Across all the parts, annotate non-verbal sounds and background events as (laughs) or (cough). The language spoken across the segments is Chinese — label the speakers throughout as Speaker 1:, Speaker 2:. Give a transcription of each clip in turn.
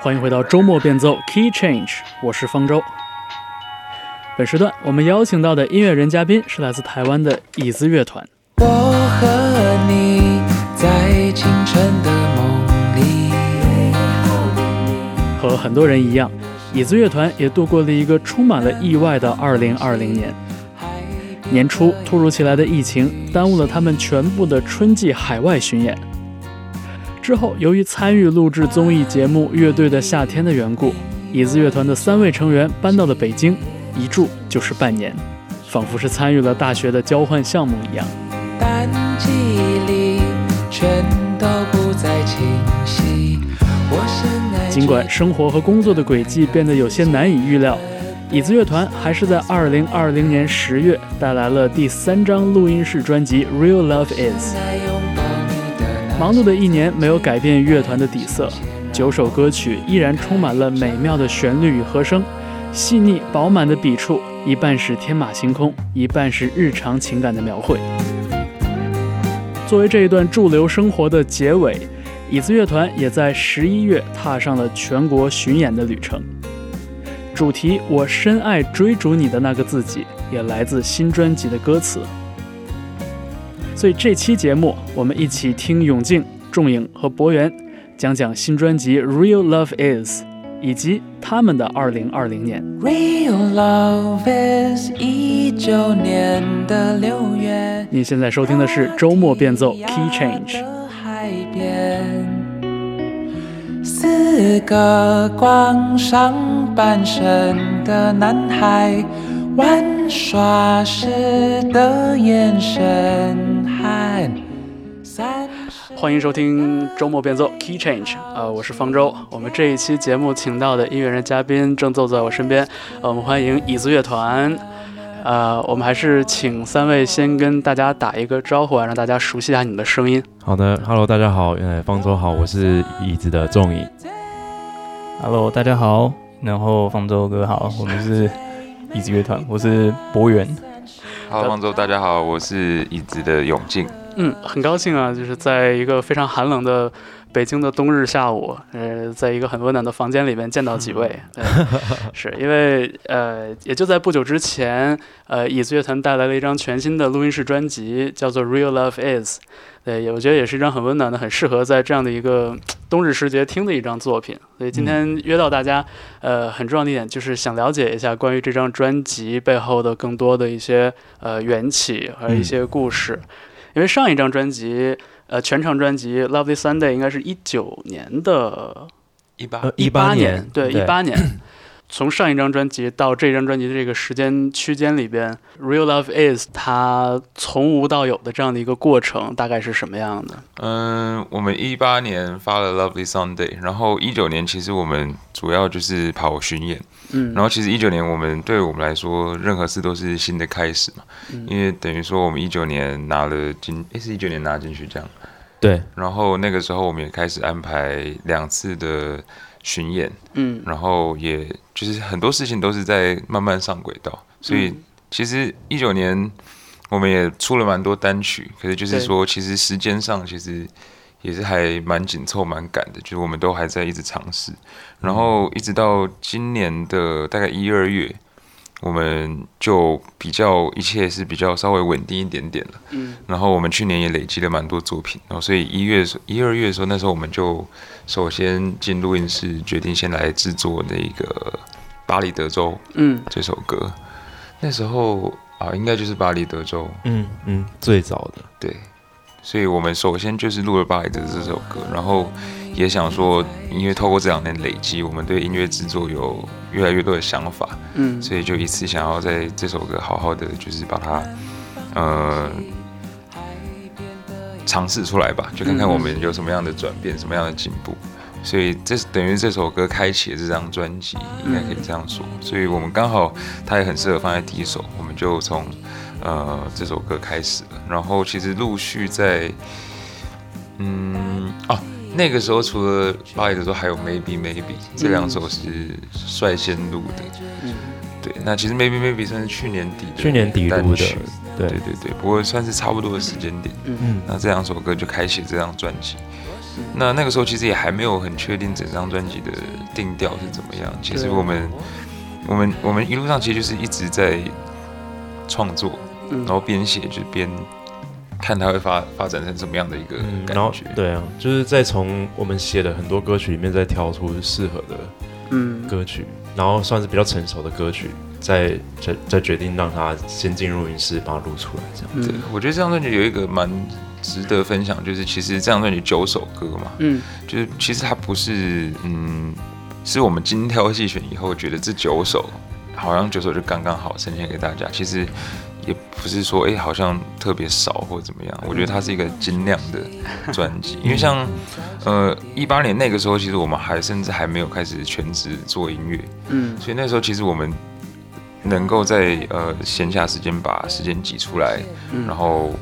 Speaker 1: 欢迎回到周末变奏 Key Change，我是方舟。本时段我们邀请到的音乐人嘉宾是来自台湾的椅子乐团。
Speaker 2: 我和你在清晨的梦里，
Speaker 1: 和很多人一样，椅子乐团也度过了一个充满了意外的2020年。年初，突如其来的疫情耽误了他们全部的春季海外巡演。之后，由于参与录制综艺节目《乐队的夏天》的缘故，椅子乐团的三位成员搬到了北京，一住就是半年，仿佛是参与了大学的交换项目一样。
Speaker 2: 淡季里全都不再清晰。我深爱
Speaker 1: 尽管生活和工作的轨迹变得有些难以预料，椅子乐团还是在2020年10月带来了第三张录音室专辑《Real Love Is
Speaker 2: 深爱拥抱你的那》。
Speaker 1: 忙碌的一年没有改变乐团的底色，九首歌曲依然充满了美妙的旋律与和声，细腻饱满的笔触，一半是天马行空，一半是日常情感的描绘。作为这一段驻留生活的结尾，椅子乐团也在十一月踏上了全国巡演的旅程。主题“我深爱追逐你的那个自己”也来自新专辑的歌词。所以这期节目，我们一起听永靖、仲颖和博源讲讲新专辑《Real Love Is》，以及他们的2020年。
Speaker 2: Real Love is 一九年的六月。
Speaker 1: 您现在收听的是周末变奏 Key Change。
Speaker 2: 海边，四个光上半身的男孩，玩耍时的眼神和三十
Speaker 1: 欢迎收听周末变奏 Key Change，呃，我是方舟。我们这一期节目请到的音乐人嘉宾正坐在我身边，呃我们欢迎椅子乐团。呃，我们还是请三位先跟大家打一个招呼啊，让大家熟悉一下你们的声音。
Speaker 3: 好的，Hello，大家好，呃，方舟好，我是椅子的仲影。
Speaker 4: Hello，大家好，然后方舟
Speaker 3: (laughs)
Speaker 4: 哥好，我们是椅子乐团，我是博源，
Speaker 5: Hello，方舟，大家好，我是椅子的永进。
Speaker 1: 嗯，很高兴啊，就是在一个非常寒冷的北京的冬日下午，呃，在一个很温暖的房间里面见到几位，对 (laughs) 是因为呃，也就在不久之前，呃，椅子乐团带来了一张全新的录音室专辑，叫做《Real Love Is》，对，也我觉得也是一张很温暖的、很适合在这样的一个冬日时节听的一张作品。所以今天约到大家，呃，很重要的一点就是想了解一下关于这张专辑背后的更多的一些呃缘起和一些故事。因为上一张专辑，呃，全长专辑《Lovely Sunday》应该是一九年的
Speaker 5: 一八
Speaker 3: 呃，
Speaker 1: 一
Speaker 3: 18
Speaker 1: 年，对，一
Speaker 3: 对
Speaker 1: 八年。 (clears throat) 从上一张专辑到这张专辑的这个时间区间里边，《Real Love Is》它从无到有的这样的一个过程，大概是什么样的？
Speaker 5: 嗯，我们一八年发了《Lovely Sunday》，然后一九年其实我们主要就是跑巡演，
Speaker 1: 嗯，
Speaker 5: 然后其实一九年我们对我们来说，任何事都是新的开始嘛，因为等于说我们一九年拿了金，诶，是一九年拿金曲奖，
Speaker 3: 对，
Speaker 5: 然后那个时候我们也开始安排两次的巡演，
Speaker 1: 嗯
Speaker 5: 然后也就是很多事情都是在慢慢上轨道，所以
Speaker 1: 嗯
Speaker 5: 其实一九年我们也出了蛮多单曲，可是就是
Speaker 1: 对
Speaker 5: 说，其实时间上其实也是还蛮紧凑、蛮赶的，就是我们都还在一直尝
Speaker 1: 嗯
Speaker 5: 试，然后一直到今年的大概一二月。我们就比较一切是比较稍微稳定一点点了，
Speaker 1: 嗯，
Speaker 5: 然后我们去年也累积了蛮多作品，然后所以一月的时候一二月的时候，那时候我们就首先进录音室，决定先来制作那个《巴黎德州》
Speaker 1: 嗯，
Speaker 5: 这首歌。那时候啊，应该就是《巴黎德州》
Speaker 3: 嗯嗯，最早的，
Speaker 5: 对，所以我们首先就是录了《巴黎德州》这首歌，然后也想说，因为透过这两年累积，我们对音乐制作有越来越多的想法，
Speaker 1: 嗯，
Speaker 5: 所以就一次想要在这首歌好好的，就是把它，呃，尝试出来吧，就看看我们有什么样的转变，什么样的进步。所以这等于这首歌开启了这张专辑，应该可以这样说。所以我们刚好它也很适合放在第一首，我们就从呃这首歌开始了。然后其实陆续在，嗯哦、那个时候除了《巴黎的时候，还有《Maybe Maybe》这两首是率先录的。
Speaker 1: 嗯
Speaker 5: 对，那其实 Maybe Maybe 算是去年底的
Speaker 3: 去年底录
Speaker 5: 单
Speaker 3: 的
Speaker 5: 曲，
Speaker 3: 对
Speaker 5: 对对对，不过算是差不多的时间点。
Speaker 3: 嗯
Speaker 5: 那这两首歌就开启这张专辑。那那个时候其实也还没有很确定整张专辑的定调是怎么样。其实
Speaker 1: 对
Speaker 5: 我们我们我们一路上其实就是一直在创作，
Speaker 1: 嗯
Speaker 5: 然后边写就边看它会发发展成什么样的一个
Speaker 3: 嗯，
Speaker 5: 感
Speaker 3: 然后
Speaker 5: 觉。
Speaker 3: 对啊，就是再从我们写的很多歌曲里面再挑出适合的
Speaker 1: 嗯，
Speaker 3: 歌曲，然后算是比较成熟的歌曲，再再再决定让它先进入录音室把它录出来，这样。
Speaker 5: 对
Speaker 1: 嗯，
Speaker 5: 我觉得这张专辑有一个蛮值得分享，就是其实这张专辑九首歌嘛，
Speaker 1: 嗯，
Speaker 5: 就是其实它不是嗯，是我们精挑细选以后觉得这九首好像九首就刚刚好呈现给大家，其实也不是说哎、诶好像特别少或怎么样，我觉得它是一个精量的专辑，因为像呃一八年那个时候，其实我们还甚至还没有开始全职做音乐，
Speaker 1: 嗯，
Speaker 5: 所以那时候其实我们能够在呃闲暇时间把时间挤出来，
Speaker 1: 嗯
Speaker 5: 然后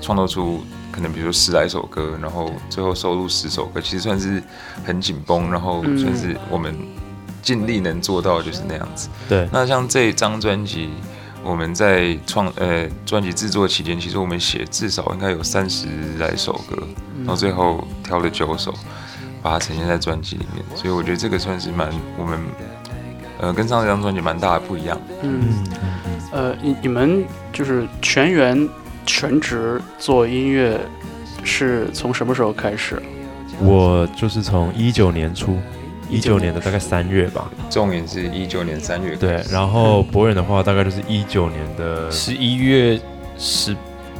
Speaker 5: 创作出可能比如说十来首歌，然后最后收录十首歌，其实算是很紧绷，然后
Speaker 1: 嗯
Speaker 5: 算是我们尽力能做到就是那样子。
Speaker 3: 对，
Speaker 5: 那像这张专辑，我们在创呃专辑制作期间，其实我们写至少应该有三十来首歌，
Speaker 1: 嗯
Speaker 5: 然后最后挑了九首，把它呈现在专辑里面。所以我觉得这个算是蛮我们呃跟上一张专辑蛮大的不一样。
Speaker 1: 嗯，呃，你你们就是全员全职做音乐，是从什么时候开始？
Speaker 3: 我就是从一九年初，一九年的大概三月吧，
Speaker 5: 重点是一九年三月开
Speaker 3: 对
Speaker 5: 始，
Speaker 3: 然后博远的话大概就是一九年的，
Speaker 4: 十一月十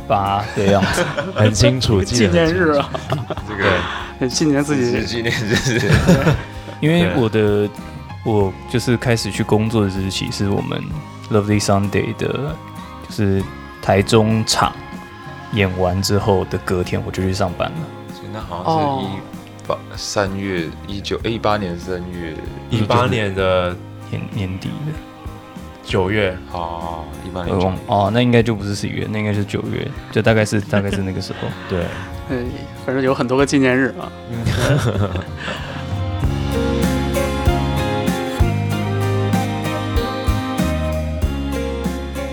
Speaker 4: 八的样
Speaker 3: (laughs)
Speaker 4: 子，
Speaker 3: 很清楚，记
Speaker 1: 纪
Speaker 3: 得很
Speaker 1: 念
Speaker 3: 清
Speaker 1: 日
Speaker 3: 楚，
Speaker 1: 啊，
Speaker 5: 这个
Speaker 1: 纪念自
Speaker 5: 是
Speaker 1: 己，
Speaker 5: 纪念日。
Speaker 4: 因为
Speaker 3: 对
Speaker 4: 我的我就是开始去工作的日期是我们 Lovely Sunday 的，就是台中场演完之后的隔天我就去上班了。
Speaker 5: 所以那好像是一八三月一九一八年三月
Speaker 3: 一八年的
Speaker 4: 年年底的，
Speaker 3: 九月，
Speaker 5: 哦，一
Speaker 3: 哎
Speaker 5: 八年
Speaker 4: 我忘
Speaker 5: 九
Speaker 4: 哦，那应该就不是十一月，那应该是九月，就大概是大概是那个时候。
Speaker 3: 对，
Speaker 1: 哎，反正有很多个纪念日啊。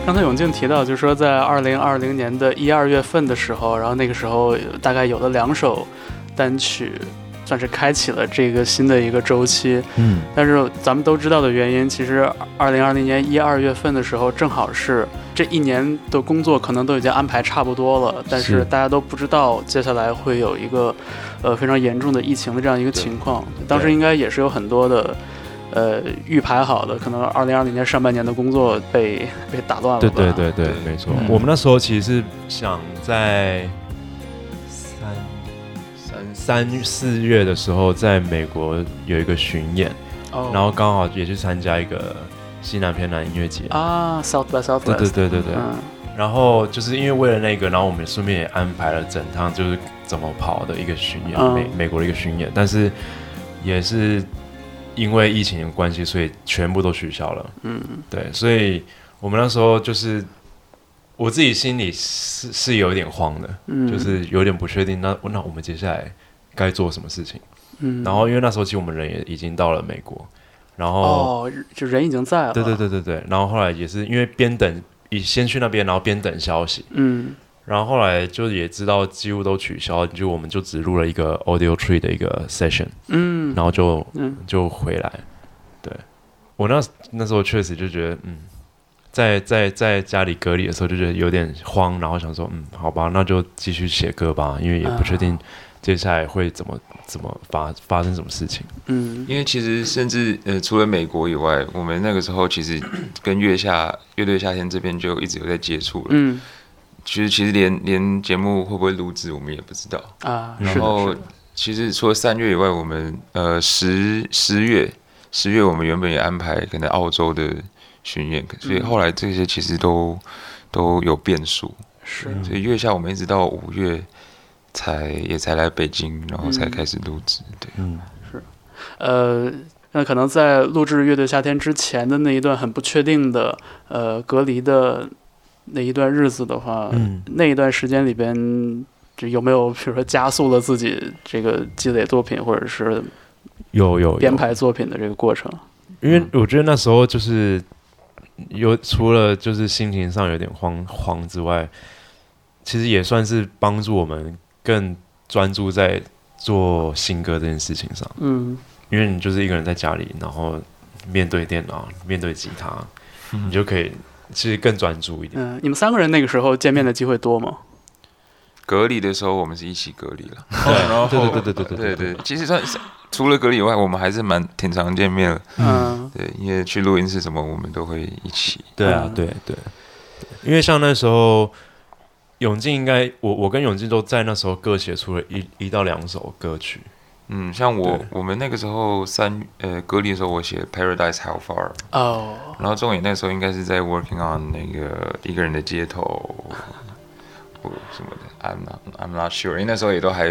Speaker 1: 刚才永进提到，就是说在二零二零年的一二月份的时候，然后那个时候大概有了两首单曲，算是开启了这个新的一个周期。
Speaker 3: 嗯，
Speaker 1: 但是咱们都知道的原因，其实二零二零年一二月份的时候，正好是这一年的工作可能都已经安排差不多了，但是
Speaker 3: 是
Speaker 1: 大家都不知道接下来会有一个呃非常严重的疫情的这样一个情况。当时应该也是有很多的。呃，预排好的，可能二零二零年上半年的工作被被打乱了吧。
Speaker 3: 对对对对
Speaker 5: 对，
Speaker 3: 没错
Speaker 4: 嗯。
Speaker 3: 我们那时候其实是想在三
Speaker 5: 三
Speaker 3: 三四月的时候，在美国有一个巡演，
Speaker 1: 哦，
Speaker 3: 然后刚好也去参加一个西南偏南音乐节。
Speaker 1: 啊，South by Southwest，
Speaker 3: 对对对对对。
Speaker 1: 嗯
Speaker 3: 然后就是因为为了那个，然后我们顺便也安排了整趟就是怎么跑的一个巡演，
Speaker 1: 嗯
Speaker 3: 美美国的一个巡演，但是也是因为疫情的关系，所以全部都取消了。
Speaker 1: 嗯
Speaker 3: 对，所以我们那时候就是我自己心里是是有一点慌的，
Speaker 1: 嗯，
Speaker 3: 就是有点不确定。那那我们接下来该做什么事情？
Speaker 1: 嗯，
Speaker 3: 然后因为那时候其实我们人也已经到了美国，然后、
Speaker 1: 哦，就人已经在了。
Speaker 3: 对对，对对对，然后后来也是因为边等，以先去那边，然后边等消息，
Speaker 1: 嗯
Speaker 3: 然后后来就也知道几乎都取消，就我们就只录了一个 audio tree 的一个 session，
Speaker 1: 嗯
Speaker 3: 然后就
Speaker 1: 嗯，
Speaker 3: 就回来。对我那那时候确实就觉得，嗯，在在在家里隔离的时候就觉得有点慌，然后想说，嗯，好吧，那就继续写歌吧，因为也不确
Speaker 1: 啊
Speaker 3: 定接下来会怎么怎么发发生什么事情。
Speaker 1: 嗯
Speaker 5: 因为其实甚至呃，除了美国以外，我们那个时候其实跟月下乐队夏天这边就一直有在接触了。
Speaker 1: 嗯
Speaker 5: 其实其实连连节目会不会录制，我们也不知道。
Speaker 1: 啊，是
Speaker 5: 然
Speaker 1: 的，
Speaker 5: 后其实除了三月以外，我们呃十十月十月我们原本也安排可能澳洲的巡演，所以后来这些其实都都有变数。
Speaker 1: 是
Speaker 3: 嗯
Speaker 1: 的，
Speaker 5: 所以月下我们一直到五月才也才来北京，然后才开始录制。对，
Speaker 3: 嗯，
Speaker 1: 呃，那可能在录制《乐队夏天》之前的那一段很不确定的呃隔离的那一段日子的话，
Speaker 3: 嗯
Speaker 1: 那一段时间里边，这有没有比如说加速了自己这个积累作品或者是
Speaker 3: 有有有
Speaker 1: 编排作品的这个过程？
Speaker 3: 因为我觉得那时候就是有除了就是心情上有点慌慌之外，其实也算是帮助我们更专注在做新歌这件事情上，
Speaker 1: 嗯，
Speaker 3: 因为你就是一个人在家里，然后面对电脑、面对吉他，你就可以其实更专注一点。
Speaker 1: 嗯，你们三个人那个时候见面的机会多吗？
Speaker 5: 隔离的时候，我们是一起隔离了。
Speaker 3: 嗯对对对对对
Speaker 5: 对对，其实算除了隔离以外，我们还是蛮挺常见面的。
Speaker 1: 嗯
Speaker 5: 对，因为去录音室什么，我们都会一起。
Speaker 3: 对啊
Speaker 1: 嗯，
Speaker 3: 对对，因为像那时候，永进应该我我跟永进都在那时候各写出了一一到两首歌曲，
Speaker 5: 嗯，像我
Speaker 3: 对
Speaker 5: 我们那个时候三呃隔离的时候，我写《Paradise How Far》，
Speaker 1: 哦，
Speaker 5: 然后钟野那时候应该是在 working on 那个一个人的街头，或什么的，I'm not I'm not sure，因为那时候也都还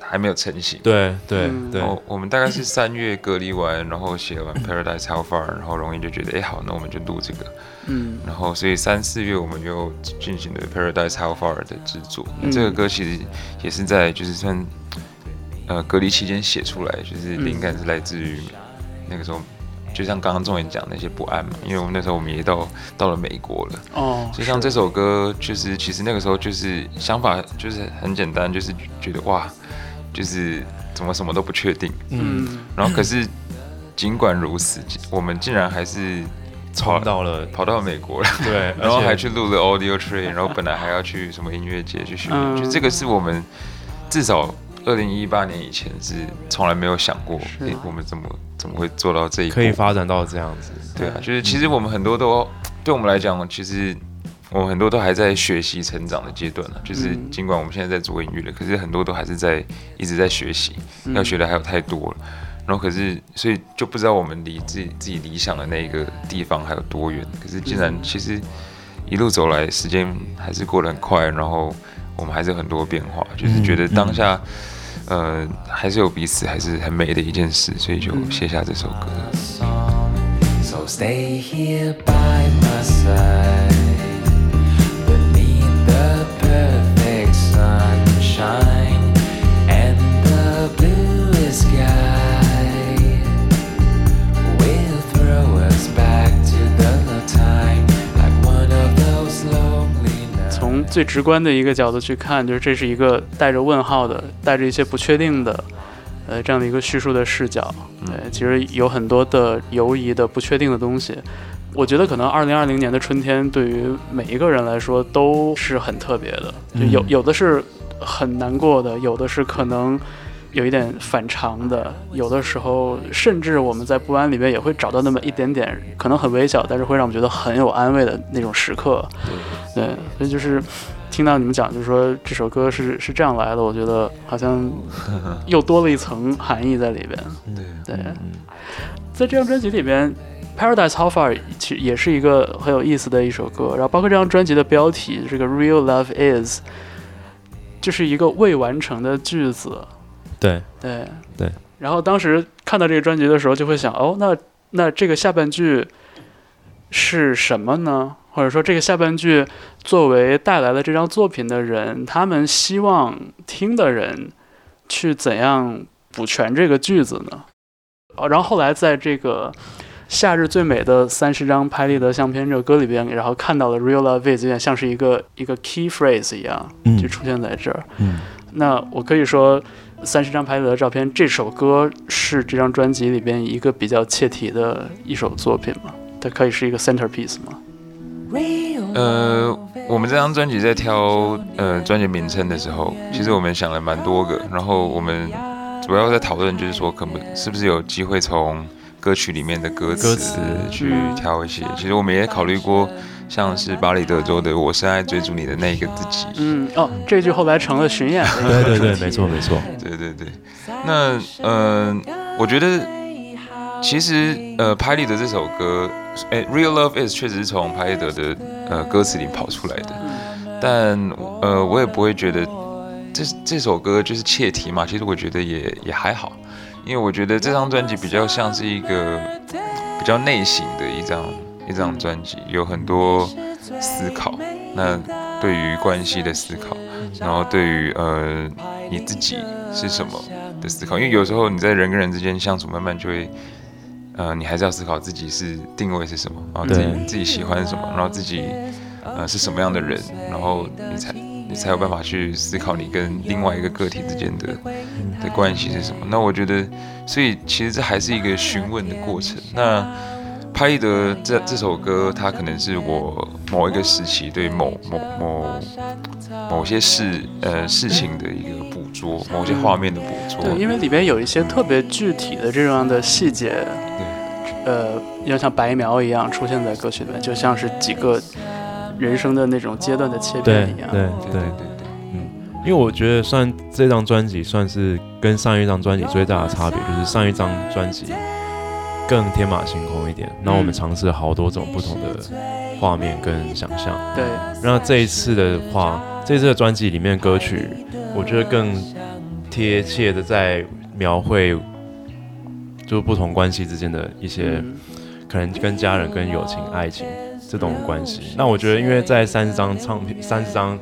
Speaker 5: 还没有成型。
Speaker 3: 对对
Speaker 1: 嗯
Speaker 3: 对
Speaker 5: 然后我们大概是三月隔离完，然后写完《Paradise How Far》，然后容易就觉得，哎，好，那我们就录这个。
Speaker 1: 嗯
Speaker 5: 然后所以三四月我们又进行了《Paradise How Far》的制作。那这个
Speaker 1: 嗯
Speaker 5: 歌其实也是在就是算呃隔离期间写出来，就是
Speaker 1: 嗯
Speaker 5: 灵感是来自于那个时候，就像刚刚仲言讲那些不安嘛，因为我们那时候我们也到到了美国了。
Speaker 1: 哦，
Speaker 5: 所以像这首歌，就是其实那个时候就是想法就是很简单，就是觉得哇，就是怎么什么都不确定。
Speaker 1: 嗯
Speaker 5: 然后可是尽管如此，我们竟然还是跑
Speaker 3: 冲到了
Speaker 5: 跑到美国了。
Speaker 3: 对，
Speaker 5: 然后
Speaker 3: 而且
Speaker 5: 还去录了 Audio Train，然后本来还要去什么音乐节去巡演，
Speaker 1: 嗯
Speaker 5: 就这个是我们至少二零一八年以前是从来没有想过，
Speaker 1: 是
Speaker 5: 诶我们怎么怎么会做到这一步？
Speaker 3: 可以发展到这样子，
Speaker 5: 对啊，就是其实我们很多都，对我们来讲，其实我们很多都还在学习成长的阶段了。就是
Speaker 1: 嗯
Speaker 5: 尽管我们现在在做音乐了，可是很多都还是在一直在学习，要学的还有太多了。然后可是，所以就不知道我们离自己自己理想的那个地方还有多远。可是竟然其实一路走来，时间还是过得很快，然后我们还是有很多变化，就是觉得当下。呃，还是有彼此，还是很美的一件事，所以就写下这首歌。
Speaker 2: song. So stay here by my side. Beneath the perfect sunshine and the blue sky. We'll throw us back to the time like one of those lonely nights.
Speaker 1: 从最直观的一个角度去看，就是这是一个带着问号的、带着一些不确定的，呃，这样的一个叙述的视角。对，其实有很多的犹疑的、不确定的东西。我觉得可能二零二零年的春天对于每一个人来说都是很特别的，就有有的是很难过的，有的是可能有一点反常的，有的时候甚至我们在不安里面也会找到那么一点点，可能很微小，但是会让我们觉得很有安慰的那种时刻。对，所以就是听到你们讲，就是说这首歌是是这样来的，我觉得好像又多了一层含义在里边。
Speaker 5: 对，
Speaker 1: 对，在这张专辑里边，《Paradise How Far》其实也是一个很有意思的一首歌，然后包括这张专辑的标题这个 “Real Love Is”，就是一个未完成的句子。
Speaker 3: 对
Speaker 1: 对
Speaker 3: 对。
Speaker 1: 然后当时看到这个专辑的时候，就会想，哦，那那这个下半句是什么呢？或者说，这个下半句作为带来了这张作品的人，他们希望听的人去怎样补全这个句子呢？哦，然后后来在这个《夏日最美的三十张拍立得相片》这首歌里边，然后看到了 “real love is”，有点像是一个一个 key phrase 一样，
Speaker 3: 嗯
Speaker 1: 就出现在这儿。
Speaker 3: 嗯，
Speaker 1: 那我可以说，《三十张拍立得照片》这首歌是这张专辑里边一个比较切题的一首作品嘛？它可以是一个 centerpiece 嘛？
Speaker 5: 呃，我们这张专辑在挑呃专辑名称的时候，其实我们想了蛮多个，然后我们主要在讨论就是说，可不是不是有机会从歌曲里面的歌词
Speaker 3: 歌词
Speaker 5: 去挑一些。其实我们也考虑过，像是巴里德州的《我深爱追逐你的那个自己》，
Speaker 1: 嗯，哦，这句后来成了巡演的
Speaker 3: 对
Speaker 1: 一个
Speaker 3: 对
Speaker 1: 主
Speaker 3: 对，
Speaker 1: 题 (laughs)
Speaker 3: 没错没错，
Speaker 5: 对对对。那嗯、呃，我觉得其实呃，拍立得这首歌，哎，《Real Love Is》确实是从拍立得的呃歌词里跑出来的，但呃，我也不会觉得这这首歌就是切题嘛。其实我觉得也也还好，因为我觉得这张专辑比较像是一个比较内省的一张一张专辑，有很多思考。那对于关系的思考，然后对于呃你自己是什么的思考，因为有时候你在人跟人之间相处，慢慢就会，呃，你还是要思考自己是定位是什么，然后自己
Speaker 3: 对
Speaker 5: 自己喜欢什么，然后自己呃是什么样的人，然后你才你才有办法去思考你跟另外一个个体之间的的关系是什么。那我觉得，所以其实这还是一个询问的过程。那拍立得这这首歌，它可能是我某一个时期对某某某某些事呃事情的一个捕捉，某些画面的捕捉。
Speaker 1: 对，因为里边有一些特别具体的这样的细节，呃，要像白描一样出现在歌曲里面，就像是几个人生的那种阶段的切
Speaker 3: 对
Speaker 1: 片一样。
Speaker 3: 对
Speaker 5: 对
Speaker 3: 对
Speaker 5: 对对，对，
Speaker 3: 因为我觉得算这张专辑算是跟上一张专辑最大的差别，就是上一张专辑更天马行空一点，那我们尝试了好多种不同的画面跟想象。
Speaker 1: 对
Speaker 3: 那这一次的话，这次的专辑里面歌曲，我觉得更贴切的在描绘，就是不同关系之间的一些、
Speaker 1: 嗯
Speaker 3: 可能跟家人、跟友情、爱情这种关系。那我觉得，因为在三十张唱片、三十张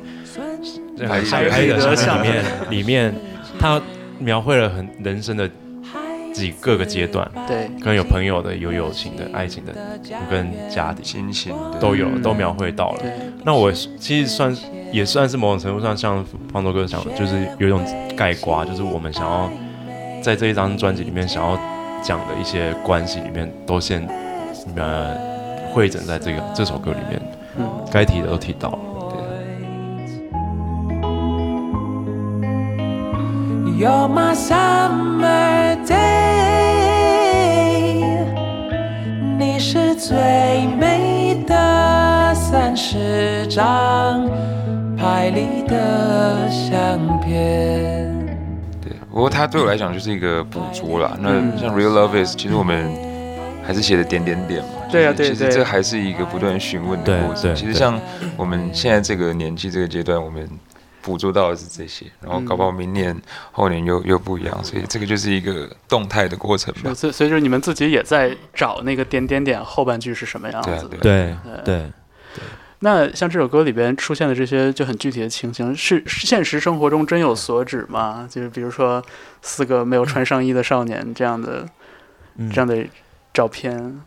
Speaker 3: 呃
Speaker 5: 拍
Speaker 3: 拍
Speaker 5: 拍
Speaker 3: 的
Speaker 1: 的
Speaker 3: 相
Speaker 1: 相
Speaker 3: 片里面，里面他描绘了很人生的几各个阶段，
Speaker 1: 对，
Speaker 3: 可能有朋友的、有友情的、爱情的，跟家庭
Speaker 5: 亲情的
Speaker 3: 都有
Speaker 1: 嗯
Speaker 3: 都描绘到了。
Speaker 1: 对，
Speaker 3: 那我其实算也算是某种程度上像胖头哥讲的，就是有一种盖瓜，就是我们想要在这一张专辑里面想要讲的一些关系里面，都先呃汇整在这个这首歌里面，
Speaker 1: 嗯，
Speaker 3: 该提的都提到了。
Speaker 2: You're my summer day，你是最美的三十张拍立得相片。
Speaker 5: 对，不过它对我来讲就是一个捕捉啦。那
Speaker 1: 嗯
Speaker 5: 像 Real Love Is，其实我们还是写的点点点嘛。
Speaker 1: 对啊
Speaker 5: 就是
Speaker 1: 对
Speaker 5: 其
Speaker 1: 对
Speaker 5: 实这还是一个不断询问的
Speaker 3: 对
Speaker 5: 过程。
Speaker 3: 对
Speaker 5: 其实
Speaker 3: 对
Speaker 5: 像我们现在这个年纪这个阶段，我们捕捉到的是这些，然后搞不好明年、后年又又不一样，所以这个就是一个动态的过程吧
Speaker 1: 是，。所以所以就是你们自己也在找那个点点点后半句是什么样
Speaker 5: 对啊
Speaker 1: 子的。
Speaker 5: 对啊
Speaker 3: 对
Speaker 1: 对
Speaker 3: 对，
Speaker 1: 那像这首歌里边出现的这些就很具体的情形，是是现实生活中真有所指吗？就是比如说四个没有穿上衣的少年这样的
Speaker 3: 嗯
Speaker 1: 这样的照片，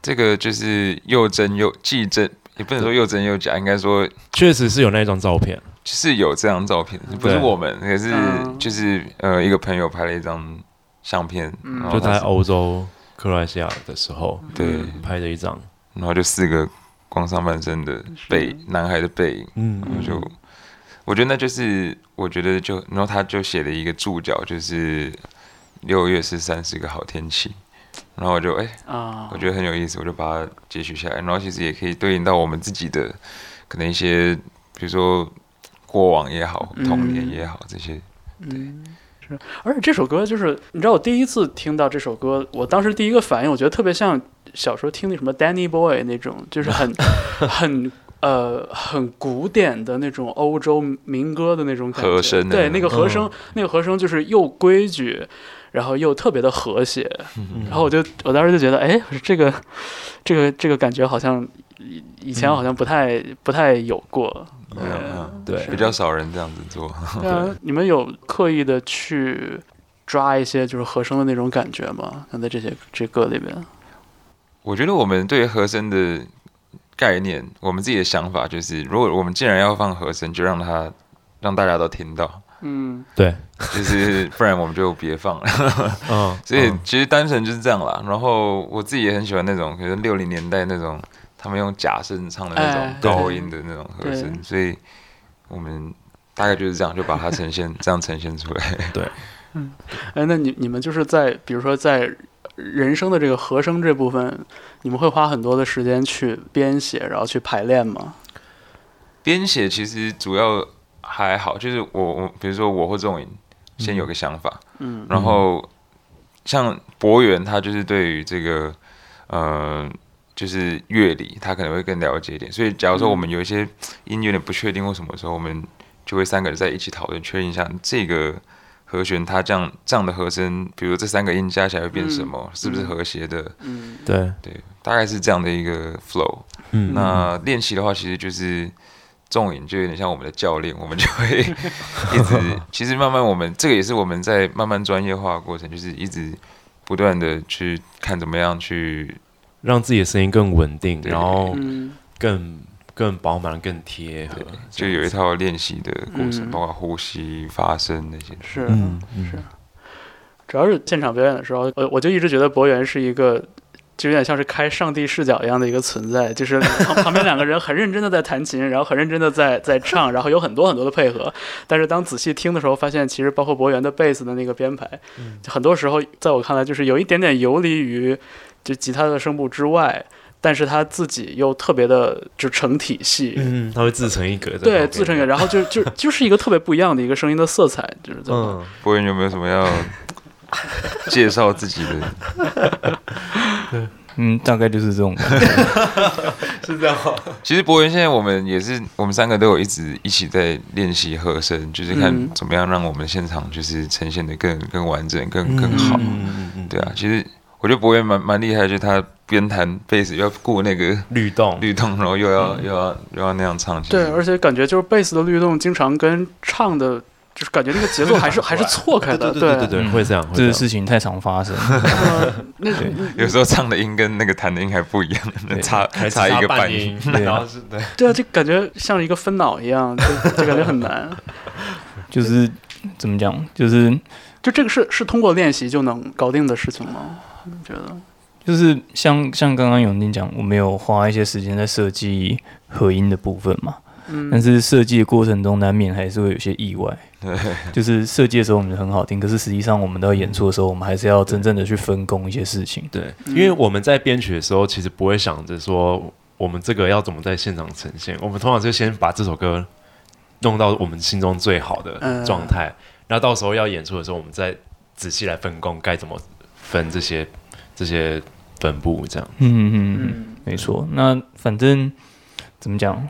Speaker 5: 这个就是又真又既真，也不能说又真又假，应该说
Speaker 3: 确实是有那一张照片，
Speaker 5: 就是有这张照片，不是
Speaker 3: 对
Speaker 5: 我们，可是
Speaker 1: 嗯
Speaker 5: 就是呃一个朋友拍了一张相片，
Speaker 1: 嗯
Speaker 5: 然后
Speaker 3: 就他
Speaker 5: 哦那
Speaker 3: 在
Speaker 5: 是
Speaker 3: 欧洲克罗埃西亚的时候
Speaker 5: 对。
Speaker 3: 拍的一张。
Speaker 5: 然后就四个光上半身的背，男孩的背影，
Speaker 3: 嗯
Speaker 5: 然后就，我觉得那就是，我觉得就，然后他就写了一个注脚，就是六月是三十个好天气，然后我就哎、
Speaker 3: 哦
Speaker 1: 啊
Speaker 5: 我，觉得很有意思，我就把它截取下来，然后其实也可以对应到我们自己的可能一些，比如说过往也好，
Speaker 1: 嗯
Speaker 5: 童年也好，这些
Speaker 1: 嗯，是，而且这首歌就是，你知道我第一次听到这首歌，我当时第一个反应，我觉得特别像小时候听那什么 Danny Boy 那种，就是
Speaker 5: (laughs)
Speaker 1: 很很呃很古典的那种欧洲民歌的那种感觉，
Speaker 5: 和声啊
Speaker 1: 对，那个和声，那个和声就是又规矩。然后又特别的和谐，
Speaker 5: 嗯
Speaker 1: 然后我就我当时就觉得，哎，这个，这个这个感觉好像以以前好像不太、不太有过，
Speaker 5: 嗯嗯
Speaker 3: 对
Speaker 5: 比较少人这样子做。
Speaker 1: 对啊，你们有刻意的去抓一些就是和声的那种感觉吗？像在这些这歌里边，
Speaker 5: 我觉得我们对和声的概念，我们自己的想法就是，如果我们既然要放和声，就让它 (laughs) 让大家都听到， (laughs)
Speaker 1: 嗯，
Speaker 3: 对，
Speaker 5: 就是不然我们就别放 (laughs) 了。
Speaker 3: 嗯，
Speaker 5: 所以
Speaker 3: 嗯
Speaker 5: 其实单纯就是这样啦。然后我自己也很喜欢那种，可能六零年代那种他们用假声唱的那种
Speaker 1: 哎
Speaker 5: 高音的那种和
Speaker 1: 对
Speaker 5: 声，所以我们大概就是这样，就把它呈现 (laughs) 这样呈现出来。
Speaker 1: 哎，那你你们就是在比如说在人声的这个和声这部分，你们会花很多的时间去编写，然后去排练吗？
Speaker 5: 编写其实主要还好，就是我我比如说我或仲颖先有个想法，
Speaker 1: 嗯
Speaker 5: 然后像博源，他就是对于这个，呃，就是乐理，他可能会更了解一点。所以，假如说我们有一些音有点不确定或什么的时候，我们就会三个人在一起讨论，确认一下这个和弦，它这样这样的和声，比如这三个音加起来会变什么，是不是和谐的？
Speaker 1: 嗯，
Speaker 3: 对，
Speaker 5: 对，大概是这样的一个 flow。
Speaker 3: 嗯
Speaker 5: 那练习的话，其实就是重影就有点像我们的教练，我们就
Speaker 3: (laughs)
Speaker 5: 会一直，其实慢慢我们这个也是我们在慢慢专业化的过程，就是一直不断的去看怎么样去
Speaker 3: 让自己的声音更稳定，
Speaker 5: 对
Speaker 3: 然后
Speaker 1: 嗯
Speaker 3: 更更饱满、更贴合，
Speaker 5: 就有一套练习的过程，
Speaker 1: 嗯
Speaker 5: 包括呼吸、发声那些。
Speaker 1: 是，
Speaker 4: 嗯
Speaker 1: 是，主要是现场表演的时候，我我就一直觉得博源是一个。就有点像是开上帝视角一样的一个存在，就是旁 (laughs) 旁边两个人很认真的在弹琴，然后很认真的在在唱，然后有很多很多的配合。但是当仔细听的时候，发现其实包括博源的贝斯的那个编排，就很多时候在我看来就是有一点点游离于就吉他的声部之外，但是他自己又特别的就成体系，
Speaker 3: 嗯，它会自成一格在旁边，
Speaker 1: 对，自成一个，然后就就就是一个特别不一样的一个声音的色彩，就是这么。
Speaker 3: 嗯，
Speaker 5: 博文有没有什么要介绍自己的？
Speaker 4: 嗯，大概就是这种感觉。
Speaker 3: 是这样吗，
Speaker 5: 其实博文现在我们也是，我们三个都有一直一起在练习和声，就是
Speaker 1: 嗯
Speaker 5: 看怎么样让我们现场就是呈现的更更完整、更更好。
Speaker 3: 嗯嗯嗯，
Speaker 5: 对啊，其实我觉得博文蛮蛮厉害，就是他边弹贝斯又要顾那个
Speaker 3: 律动，
Speaker 5: 律动，然后又
Speaker 3: 嗯
Speaker 5: 要、又要又要那样唱。其实
Speaker 1: 对，而且感觉就是贝斯的律动经常跟唱的，就是感觉那个节奏还
Speaker 3: (laughs)
Speaker 1: 是还是错开
Speaker 3: 对
Speaker 1: 的，
Speaker 3: 对对对对，
Speaker 4: 嗯
Speaker 3: 会这样，会
Speaker 4: 这
Speaker 3: 这
Speaker 4: 个
Speaker 3: 样
Speaker 4: 事情太常
Speaker 3: (laughs)
Speaker 4: 发生，
Speaker 1: 呃那
Speaker 4: 对
Speaker 5: 有时候唱的音跟那个弹的音还不一样，差
Speaker 3: 还
Speaker 5: 差一个
Speaker 3: 半
Speaker 5: 半音。，
Speaker 4: 对
Speaker 3: 然后是对，
Speaker 1: 对啊，就感觉像一个分脑一样，就就感觉很难。 (laughs)
Speaker 4: 就是怎么讲，就是
Speaker 1: 就这个是是通过练习就能搞定的事情吗？你觉得？
Speaker 4: 就是像像刚刚永定讲，我们有花一些时间在设计合音的部分嘛，但
Speaker 1: 嗯，
Speaker 4: 是设计的过程中难免还是会有些意外。
Speaker 5: 对，
Speaker 4: 就是设计的时候我们很好听，可是实际上我们到演出的时候，我们还是要真正的去分工一些事情。
Speaker 3: 对， (laughs) 因为我们在编曲的时候，其实不会想着说我们这个要怎么在现场呈现，我们通常就先把这首歌弄到我们心中最好的
Speaker 1: 嗯
Speaker 3: 状态，那、到时候要演出的时候，我们再仔细来分工该怎么分这些这些分布，这样
Speaker 4: 嗯嗯嗯，
Speaker 1: 嗯
Speaker 4: 没错。那反正怎么讲，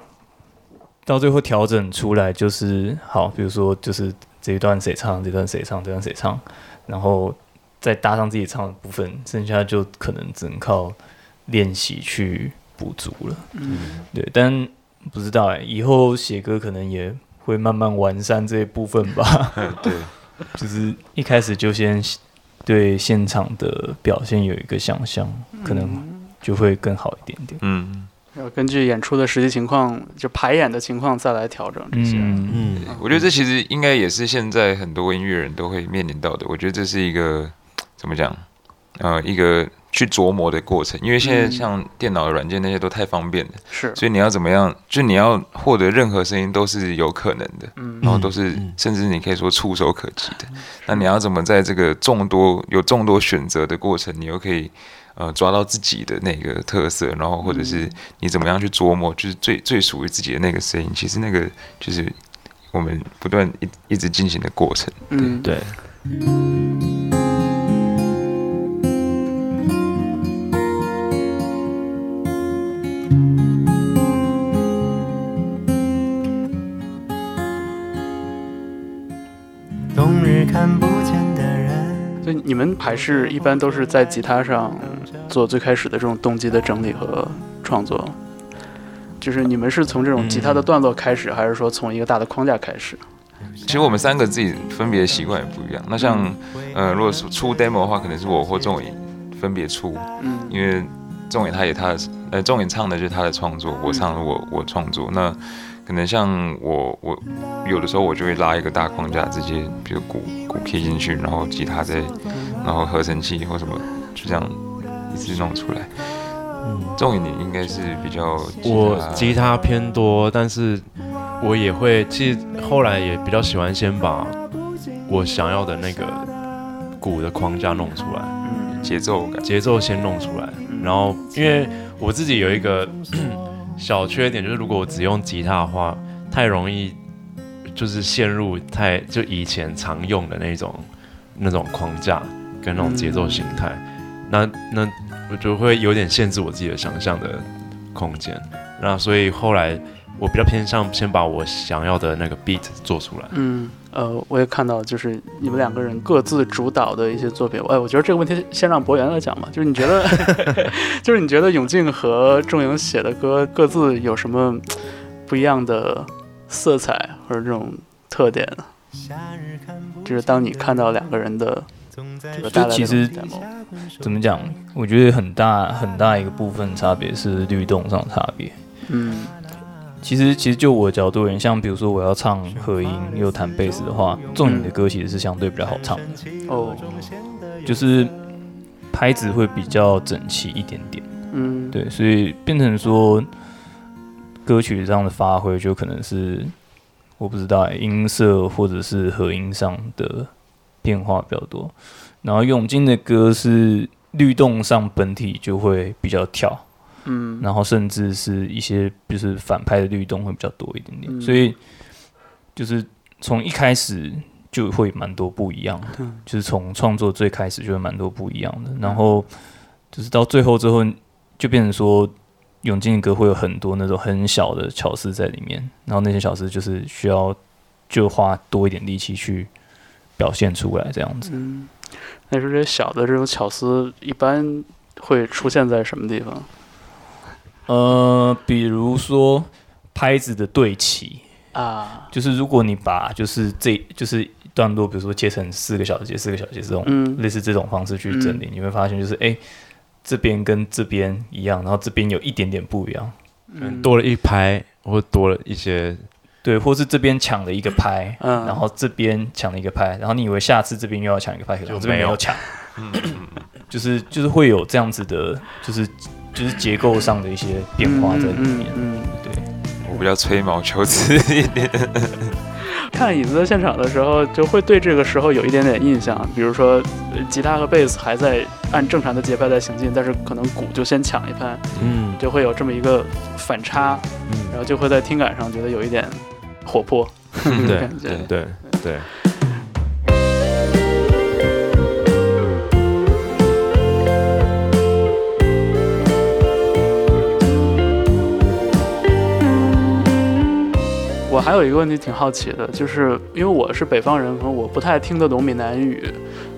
Speaker 4: 到最后调整出来就是好，比如说就是这一段谁唱，这段谁唱，这段谁唱，然后再搭上自己唱的部分，剩下就可能只能靠练习去补足了。
Speaker 1: 嗯
Speaker 4: 对，但不知道哎、以后写歌可能也会慢慢完善这一部分吧。
Speaker 5: 对，
Speaker 4: 就是一开始就先对现场的表现有一个想象，可能就会更好一点点。
Speaker 5: 嗯，
Speaker 1: 要根据演出的实际情况，就排演的情况再来调整这些。
Speaker 4: 嗯，
Speaker 3: 嗯
Speaker 5: 我觉得这其实应该也是现在很多音乐人都会面临到的。我觉得这是一个怎么讲？呃，一个去琢磨的过程，因为现在
Speaker 1: 嗯
Speaker 5: 像电脑的软件那些都太方便了，
Speaker 1: 是，
Speaker 5: 所以你要怎么样，就你要获得任何声音都是有可能的，
Speaker 1: 嗯
Speaker 5: 然后都是
Speaker 3: 嗯
Speaker 5: 甚至你可以说触手可及的。那你要怎么在这个众多有众多选择的过程，你又可以呃抓到自己的那个特色，然后或者
Speaker 1: 嗯
Speaker 5: 是你怎么样去琢磨，就是最最属于自己的那个声音。其实那个就是我们不断一一直进行的过程。
Speaker 1: 嗯，
Speaker 3: 对。
Speaker 6: 冬日看不见的人，
Speaker 1: 所以你们还是一般都是在吉他上做最开始的这种动机的整理和创作，就是你们是从这
Speaker 3: 嗯
Speaker 1: 种吉他的段落开始，还是说从一个大的框架开始？
Speaker 5: 其实我们三个自己分别的习惯也不一样。那像
Speaker 1: 嗯
Speaker 5: 呃，如果是出 demo 的话，可能是我或仲颖分别出，
Speaker 1: 嗯
Speaker 5: 因为仲演他也他的，呃，仲演唱的就是他的创
Speaker 3: 嗯
Speaker 5: 作，我唱的我我创作。那可能像我我有的时候我就会拉一个大框架，直接比如鼓鼓 key 进去，然后吉他再，
Speaker 3: 嗯
Speaker 5: 然后合成器或什么，就这样一直弄出来。仲演你应该是比较
Speaker 3: 嗯我吉他偏多，但是我也会，其实后来也比较喜欢先把我想要的那个鼓的框架弄出来，
Speaker 1: 嗯
Speaker 5: 节奏感，
Speaker 3: 节奏先弄出来，然后因为我自己有一个 (clears throat) 小缺点，就是如果我只用吉他的话，太容易就是陷入太就以前常用的那种那种框架跟那种节奏形态，那那我就会有点限制我自己的想象的空间。那所以后来我比较偏向先把我想要的那个 beat 做出来。
Speaker 1: 嗯，呃，我也看到，就是你们两个人各自主导的一些作品。哎，我觉得这个问题先让博源来讲吧。就是你觉得，
Speaker 4: (laughs)
Speaker 1: 就是你觉得永靖和仲颖写的歌各自有什么不一样的色彩或者这种特点？就是当你看到两个人的这个带来的
Speaker 4: 就其实
Speaker 1: demo，
Speaker 4: 怎么讲？我觉得很大很大一个部分差别是律动上的差别，
Speaker 1: 嗯
Speaker 4: 其实其实就我的角度而言，像比如说我要唱和音又弹贝斯的话，重点的歌其实是相对比较好唱的，
Speaker 1: 哦，
Speaker 4: 就是拍子会比较整齐一点点。
Speaker 1: 嗯，
Speaker 4: 对，所以变成说歌曲上的发挥就可能是我不知道欸、音色或者是和音上的变化比较多。然后永进的歌是律动上本体就会比较跳，
Speaker 1: 嗯，
Speaker 4: 然后甚至是一些就是反派的律动会比较多一点点，
Speaker 1: 嗯
Speaker 4: 所以就是从一开始就会蛮多不一样的，
Speaker 1: 嗯
Speaker 4: 就是从创作最开始就会蛮多不一样的，然后就是到最后之后就变成说。永进的歌会有很多那种很小的巧思在里面，然后那些巧思就是需要就花多一点力气去表现出来，这样子。
Speaker 1: 嗯，那说这些小的这种巧思一般会出现在什么地方？
Speaker 4: 呃，比如说拍子的对齐，
Speaker 1: 啊，
Speaker 4: 就是如果你把就是这就是一段落，比如说切成四个小节、四个小节这种、
Speaker 1: 嗯
Speaker 4: 类似这种方式去整理，你会发现就是哎、诶这边跟这边一样，然后这边有一点点不一样，
Speaker 1: 嗯，
Speaker 3: 多了一拍，或多了一些，
Speaker 4: 对，或是这边抢了一个拍，
Speaker 1: 嗯
Speaker 4: 然后这边抢了一个拍，然后你以为下次这边又要抢一个拍，可是哦
Speaker 3: 就
Speaker 4: 这边
Speaker 3: 没有嗯
Speaker 4: 有抢，就是就是会有这样子的，就是就是结构上的一些变化在里面，
Speaker 1: 嗯嗯嗯
Speaker 4: 对。
Speaker 5: 我比较吹毛求疵一点。
Speaker 1: 嗯看椅子的现场的时候，就会对这个时候有一点点印象，比如说呃吉他和贝斯还在按正常的节拍在行进，但是可能鼓就先抢一拍，
Speaker 3: 嗯
Speaker 1: 就会有这么一个反差，然
Speaker 3: 嗯，
Speaker 1: 后就会在听感上觉得有一点活泼，
Speaker 4: 嗯
Speaker 1: (laughs)
Speaker 3: 对
Speaker 1: 感觉
Speaker 5: 对
Speaker 3: 对对，
Speaker 1: 我还有一个问题挺好奇的，就是因为我是北方人，可能我不太听得懂闽南语，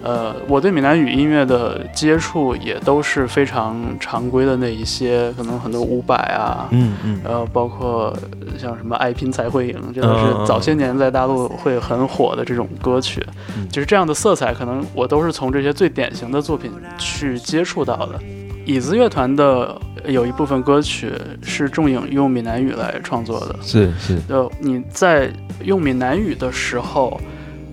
Speaker 1: 呃，我对闽南语音乐的接触也都是非常常规的那一些，可能很多伍佰啊，
Speaker 3: 嗯嗯
Speaker 1: 然后包括呃像什么《爱拼才会赢》，这都
Speaker 3: 呃
Speaker 1: 是早些年在大陆会很火的这种歌曲，
Speaker 3: 嗯
Speaker 1: 就是这样的色彩，可能我都是从这些最典型的作品去接触到的。椅子乐团的有一部分歌曲是仲影用闽南语来创作的，
Speaker 3: 是是，
Speaker 1: 呃，你在用闽南语的时候，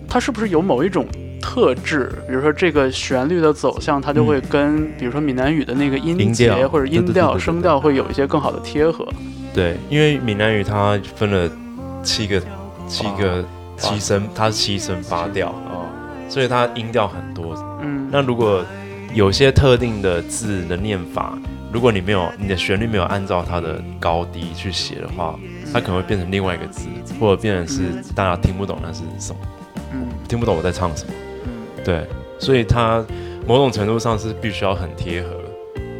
Speaker 1: 它是不是有某一种特质？比如说这个旋律的走向，它就会跟、比如说闽南语的那个音
Speaker 3: 嗯音
Speaker 1: 节
Speaker 3: 调
Speaker 1: 或者
Speaker 3: 对
Speaker 1: 音
Speaker 3: 对对
Speaker 1: 调、
Speaker 3: 对对
Speaker 1: 声
Speaker 3: 对
Speaker 1: 调会有一些更好的贴合。
Speaker 3: 对，因为闽南语它分了七个七个七声，它七声八调，
Speaker 1: 哦，
Speaker 3: 所以它音调很多，
Speaker 1: 嗯，
Speaker 3: 那如果有些特定的字的念法，如果你没有你的旋律没有按照它的高低去写的话，它可能会变成另外一个字，或者变成是大家听不懂那是什么，
Speaker 1: 嗯
Speaker 3: 听不懂我在唱什么。
Speaker 1: 嗯
Speaker 3: 对，所以它某种程度上是必须要很贴合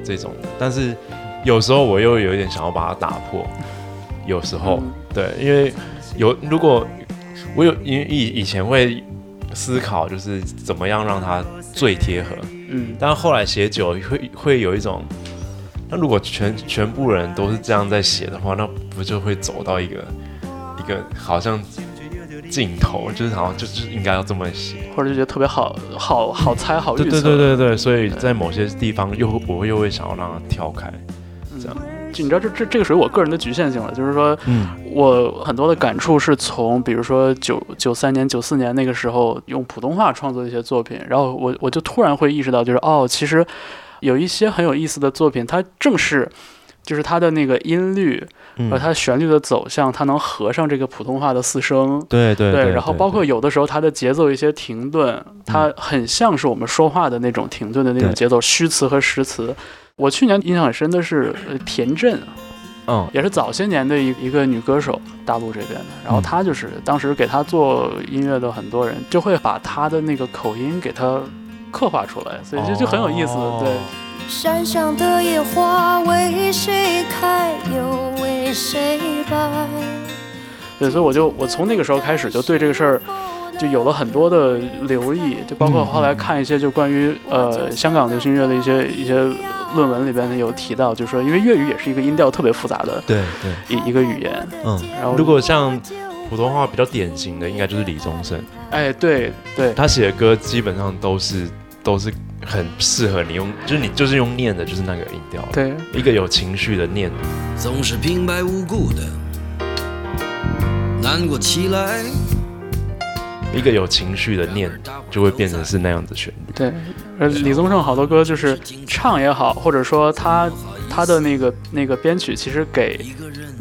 Speaker 3: 这种的，但是有时候我又有一点想要把它打破，有时候、
Speaker 1: 嗯
Speaker 3: 对，因为有如果我有因为以以前会思考就是怎么样让它最贴合，
Speaker 1: 嗯
Speaker 3: 但后来写久会会有一种，那如果全全部人都是这样在写的话，那不就会走到一个一个好像尽头，就是好像就就是应该要这么写。
Speaker 1: 或者就觉得特别好好好猜好预
Speaker 3: 对
Speaker 1: 测。
Speaker 3: 对对对对，所以在某些地方又我又会想要让它跳开，这样，
Speaker 1: 就你知道这这这个属于我个人的局限性了，就是说
Speaker 3: 嗯
Speaker 1: 我很多的感触是从，比如说九九三年、九四年那个时候用普通话创作的一些作品，然后我我就突然会意识到，就是哦，其实有一些很有意思的作品，它正是就是它的那个音律
Speaker 3: 嗯
Speaker 1: 和它旋律的走向，它能合上这个普通话的四声。
Speaker 3: 对对嗯
Speaker 1: 然后包括有的时候它的节奏一些停顿，它很像是我们说话的那种停顿的那种
Speaker 3: 对
Speaker 1: 节奏，虚词和实词。我去年印象很深的是呃田震，
Speaker 3: 嗯
Speaker 1: 也是早些年的一一个女歌手，大陆这边的。
Speaker 3: 嗯
Speaker 1: 然后她就是当时给她做音乐的很多人，就会把她的那个口音给她刻画出来，所以就就很有意思。
Speaker 3: 哦
Speaker 1: 对，
Speaker 7: 山上的野花为谁开，又为谁败？
Speaker 1: 对，所以我就我从那个时候开始就对这个事儿就有了很多的留意，就包括后来看一些就关于呃香港流行乐的一些一些论文里边有提到，就说因为粤语也是一个音调特别复杂的
Speaker 3: 对对，
Speaker 1: 一一个语言，
Speaker 3: 嗯，
Speaker 1: 然后
Speaker 3: 如果像普通话比较典型的，应该就是李宗盛，
Speaker 1: 哎对对
Speaker 3: 他写的歌基本上都是都是很适合你用，就是你就是用念的，就是那个音调，，
Speaker 1: 对，
Speaker 3: 一个有情绪的念，
Speaker 8: 总是平白无故的难过起来。
Speaker 3: 一个有情绪的念，就会变成是那样的旋律。
Speaker 1: 对，而李宗盛好多歌就是唱也好，或者说他他的那个那个编曲，其实给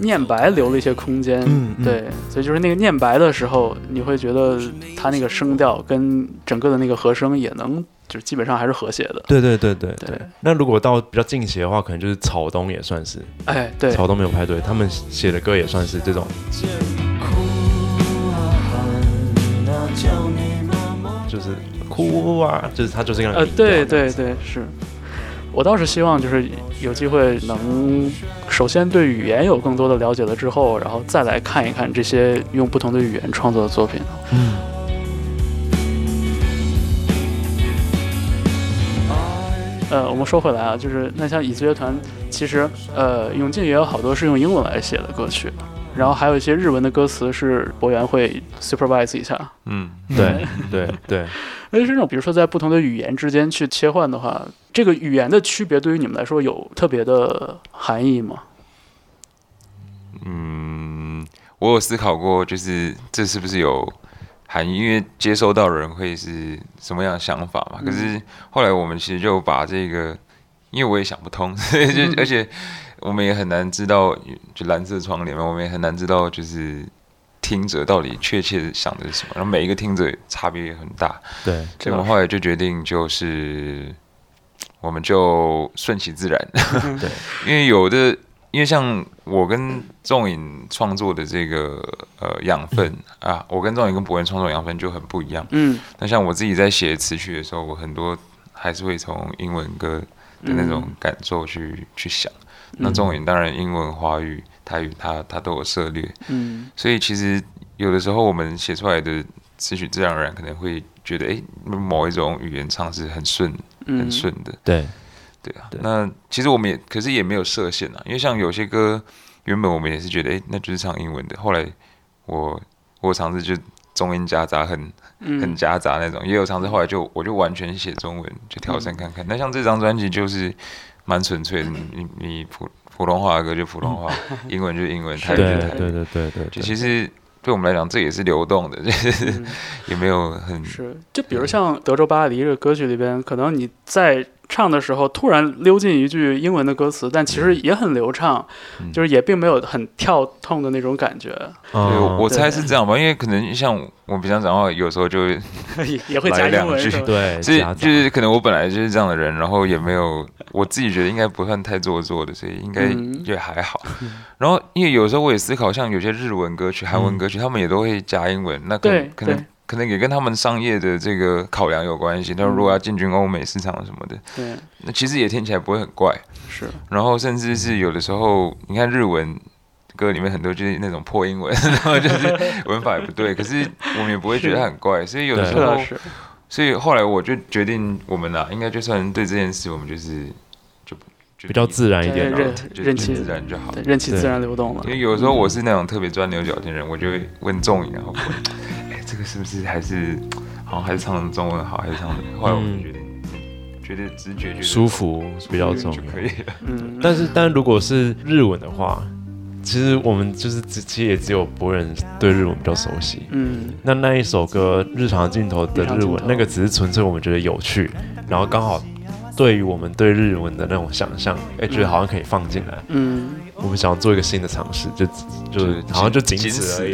Speaker 1: 念白留了一些空间。
Speaker 3: 嗯嗯
Speaker 1: 对，所以就是那个念白的时候，你会觉得他那个声调跟整个的那个和声也能，就是基本上还是和谐的。
Speaker 3: 对对对对
Speaker 1: 对。
Speaker 3: 那如果到比较近期的话，可能就是草东也算是，
Speaker 1: 哎，对，
Speaker 3: 草东没有派对，他们写的歌也算是这种，就是哭啊，就是他就是那个
Speaker 1: 呃，
Speaker 3: 音调
Speaker 1: 对对对，是。我倒是希望就是有机会能，首先对语言有更多的了解了之后，然后再来看一看这些用不同的语言创作的作品。啊呃，我们说回来啊，就是那像椅子乐团，其实呃，永进也有好多是用英文来写的歌曲，然后还有一些日文的歌词是博源会 supervise 一下，
Speaker 5: 嗯，
Speaker 3: 对对对，
Speaker 1: 而且这种，比如说在不同的语言之间去切换的话，这个语言的区别对于你们来说有特别的含义吗？
Speaker 5: 嗯，我有思考过，就是这是不是有含义？因为接收到的人会是什么样的想法嘛？可是后来我们其实就把这个，因为我也想不通， (laughs) 所以就、而且我们也很难知道，就蓝色窗帘嘛，我们也很难知道就是。听者到底确切想的是什么？然后每一个听者差别也很大，
Speaker 3: 对，
Speaker 5: 所以我们后来就决定，就是我们就顺其自然， (laughs)
Speaker 3: 对，
Speaker 5: 因为有的，因为像我跟仲颖创作的这个呃养分啊，我跟仲颖跟博文创作的养分就很不一样。
Speaker 1: 嗯，
Speaker 5: 那像我自己在写词曲的时候，我很多还是会从英文歌的那种感受去、去想。那仲颖当然英文、华语、台语，他他都有涉猎，
Speaker 1: 嗯，
Speaker 5: 所以其实有的时候我们写出来的词曲，自然而然可能会觉得，哎、某一种语言唱是很顺、
Speaker 1: 嗯
Speaker 5: 很顺的，
Speaker 3: 对
Speaker 5: 对啊。
Speaker 3: 对
Speaker 5: 那其实我们也，可是也没有设限啊，因为像有些歌，原本我们也是觉得，哎、那就是唱英文的。后来我我尝试就中英夹杂很，很
Speaker 1: 嗯
Speaker 5: 夹杂那种，也有尝试后来就我就完全写中文，就挑
Speaker 1: 嗯
Speaker 5: 战看看。那像这张专辑就是蛮纯粹的，你你你普普通话的歌就普通话，
Speaker 1: 嗯 (laughs)
Speaker 5: 英文就英文，台
Speaker 3: 对
Speaker 5: 语就台语，
Speaker 3: 对对对对，
Speaker 5: 就其实对我们来讲，这也是流动的， (laughs) 就是
Speaker 1: (laughs)
Speaker 5: 嗯
Speaker 1: 嗯
Speaker 5: 也没有很
Speaker 1: 是。就比如像《德州巴黎》这个歌曲里边，可能你在唱的时候突然溜进一句英文的歌词，但其实也很流畅，
Speaker 3: 嗯
Speaker 1: 就是也并没有很跳痛的那种感觉，
Speaker 5: 对，
Speaker 3: 嗯
Speaker 5: 我我猜
Speaker 1: 对
Speaker 5: 是这样吧，因为可能像我平常讲话，有时候就会
Speaker 1: 也 (laughs) 也会加
Speaker 5: 嗯来
Speaker 1: 英
Speaker 5: 两
Speaker 1: 文
Speaker 5: 句
Speaker 1: 是吧？
Speaker 3: 对，
Speaker 5: 所以
Speaker 3: 夹杂
Speaker 5: 就是可能我本来就是这样的人，然后也没有我自己觉得应该不算太做作的，所以应该
Speaker 1: 嗯
Speaker 5: 也还好。然后因为有时候我也思考，像有些日文歌曲、韩
Speaker 3: 嗯
Speaker 5: 文歌曲，他们也都会加英文，那可
Speaker 1: 对
Speaker 5: 能可
Speaker 1: 对
Speaker 5: 能可能也跟他们商业的这个考量有关系。那
Speaker 1: 嗯
Speaker 5: 如果要进军欧美市场什么的，
Speaker 1: 对，
Speaker 5: 那其实也听起来不会很怪。
Speaker 1: 是。
Speaker 5: 然后甚至是有的时候，你看日文歌里面很多就是那种破英文，然后就是文法也不对，可是我们也不会觉得它很怪，所以有的时
Speaker 1: 是啊
Speaker 5: 候，
Speaker 1: 是，
Speaker 5: 所以后来我就决定，我们啊，应该就算对这件事，我们就是就就
Speaker 3: 比较自然一点啊
Speaker 1: 对
Speaker 3: 的，
Speaker 1: 认
Speaker 5: 就
Speaker 1: 认
Speaker 5: 就
Speaker 1: 清
Speaker 5: 自然就好
Speaker 1: 对。任其自
Speaker 3: 对
Speaker 1: 然流动了
Speaker 5: 因。为有的时候我是那种特别钻牛角尖的人，我就会问仲颖，然后我哎，这个是不是还是好像还是唱中文好，还是唱？后来我们
Speaker 3: 嗯
Speaker 5: 决定，觉得直觉觉得
Speaker 3: 舒服比较重
Speaker 5: 就
Speaker 3: 要
Speaker 5: 可。以了。
Speaker 1: 嗯，
Speaker 3: 但是，但如果是日文的话，其实我们就是只其实也只有博人对日文比较熟悉。
Speaker 1: 嗯，
Speaker 3: 那那一首歌《日常镜头》的
Speaker 1: 日常
Speaker 3: 日
Speaker 1: 镜
Speaker 3: 文
Speaker 1: 头，
Speaker 3: 那个只是纯粹我们觉得有趣，然后刚好对于我们对日文的那种想象，哎、觉得好像可以放进来。
Speaker 1: 嗯，
Speaker 3: 我们想要做一个新的尝试，就就
Speaker 5: 就是
Speaker 3: 好像就仅
Speaker 5: 仅
Speaker 3: 此
Speaker 5: 此
Speaker 3: 而已。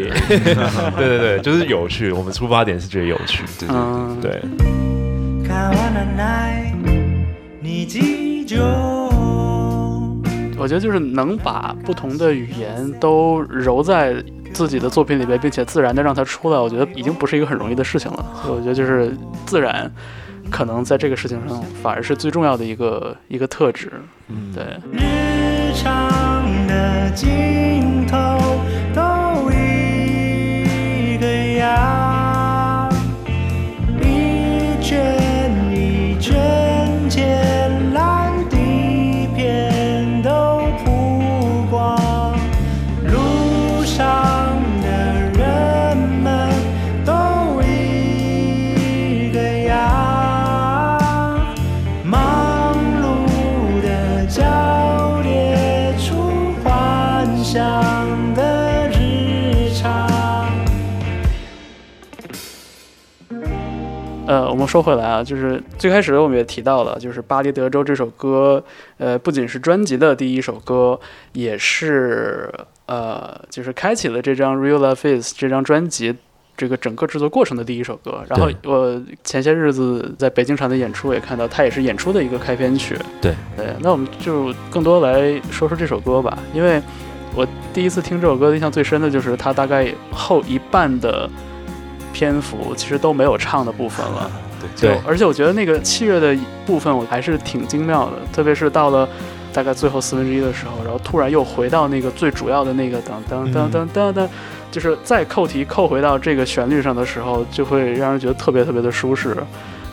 Speaker 3: (laughs) 对对对，就是有趣。我们出发点是觉得有趣。
Speaker 5: 对对对。
Speaker 1: 嗯，
Speaker 3: 对，
Speaker 6: 変わらない日常
Speaker 1: 我觉得就是能把不同的语言都揉在自己的作品里边，并且自然的让它出来，我觉得已经不是一个很容易的事情了。所以我觉得就是自然，可能在这个事情上反而是最重要的一个一个特质。嗯，对，
Speaker 6: 日常的尽头都一个样，一圈一圈浅蓝底片都曝光，路上的人们都一个样。忙碌的脚列出幻想的
Speaker 1: 们说回来啊，就是最开始我们也提到了，就是《巴黎德州》这首歌，呃，不仅是专辑的第一首歌，也是呃，就是开启了这张《Real Love Is》这张专辑这个整个制作过程的第一首歌。然后我前些日子在北京场的演出也看到，它也是演出的一个开篇曲。
Speaker 3: 对
Speaker 1: 对，那我们就更多来说说这首歌吧，因为我第一次听这首歌，印象最深的就是它大概后一半的。篇幅其实都没有唱的部分了，
Speaker 3: 对
Speaker 1: 而且我觉得那个器乐的部分，我还是挺精妙的，特别是到了大概最后四分之一的时候，然后突然又回到那个最主要的那个当当
Speaker 3: 嗯
Speaker 1: 当当当当，就是再扣题扣回到这个旋律上的时候，就会让人觉得特别特别的舒适。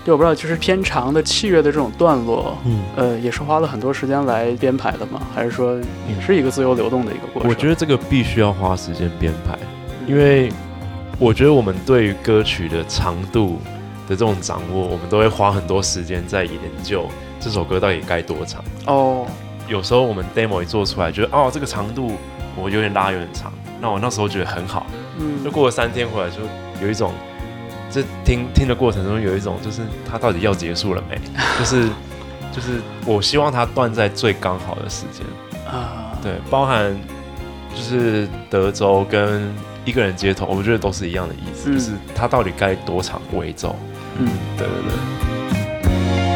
Speaker 1: 对，我不知道，就是偏长的器乐的这种段落，
Speaker 3: 嗯
Speaker 1: 呃，也是花了很多时间来编排的嘛，还是说也是一个自由流动的一个过程？嗯
Speaker 3: 我觉得这个必须要花时间编排，因为我觉得我们对于歌曲的长度的这种掌握，我们都会花很多时间在研究这首歌到底该多长。
Speaker 1: 哦，
Speaker 3: 有时候我们 demo 一做出来，觉得哦这个长度我有点拉有点长，那我那时候觉得很好，就
Speaker 1: 嗯，
Speaker 3: 过了三天回来就有一种，这听听的过程中有一种就是它到底要结束了没？就是就是我希望它断在最刚好的时间。
Speaker 1: 啊，
Speaker 3: 对，包含就是德州跟一个人街头，我觉得都是一样的意思，
Speaker 1: 嗯
Speaker 3: 就是它到底该多长为走？
Speaker 1: 嗯。
Speaker 3: 对对对，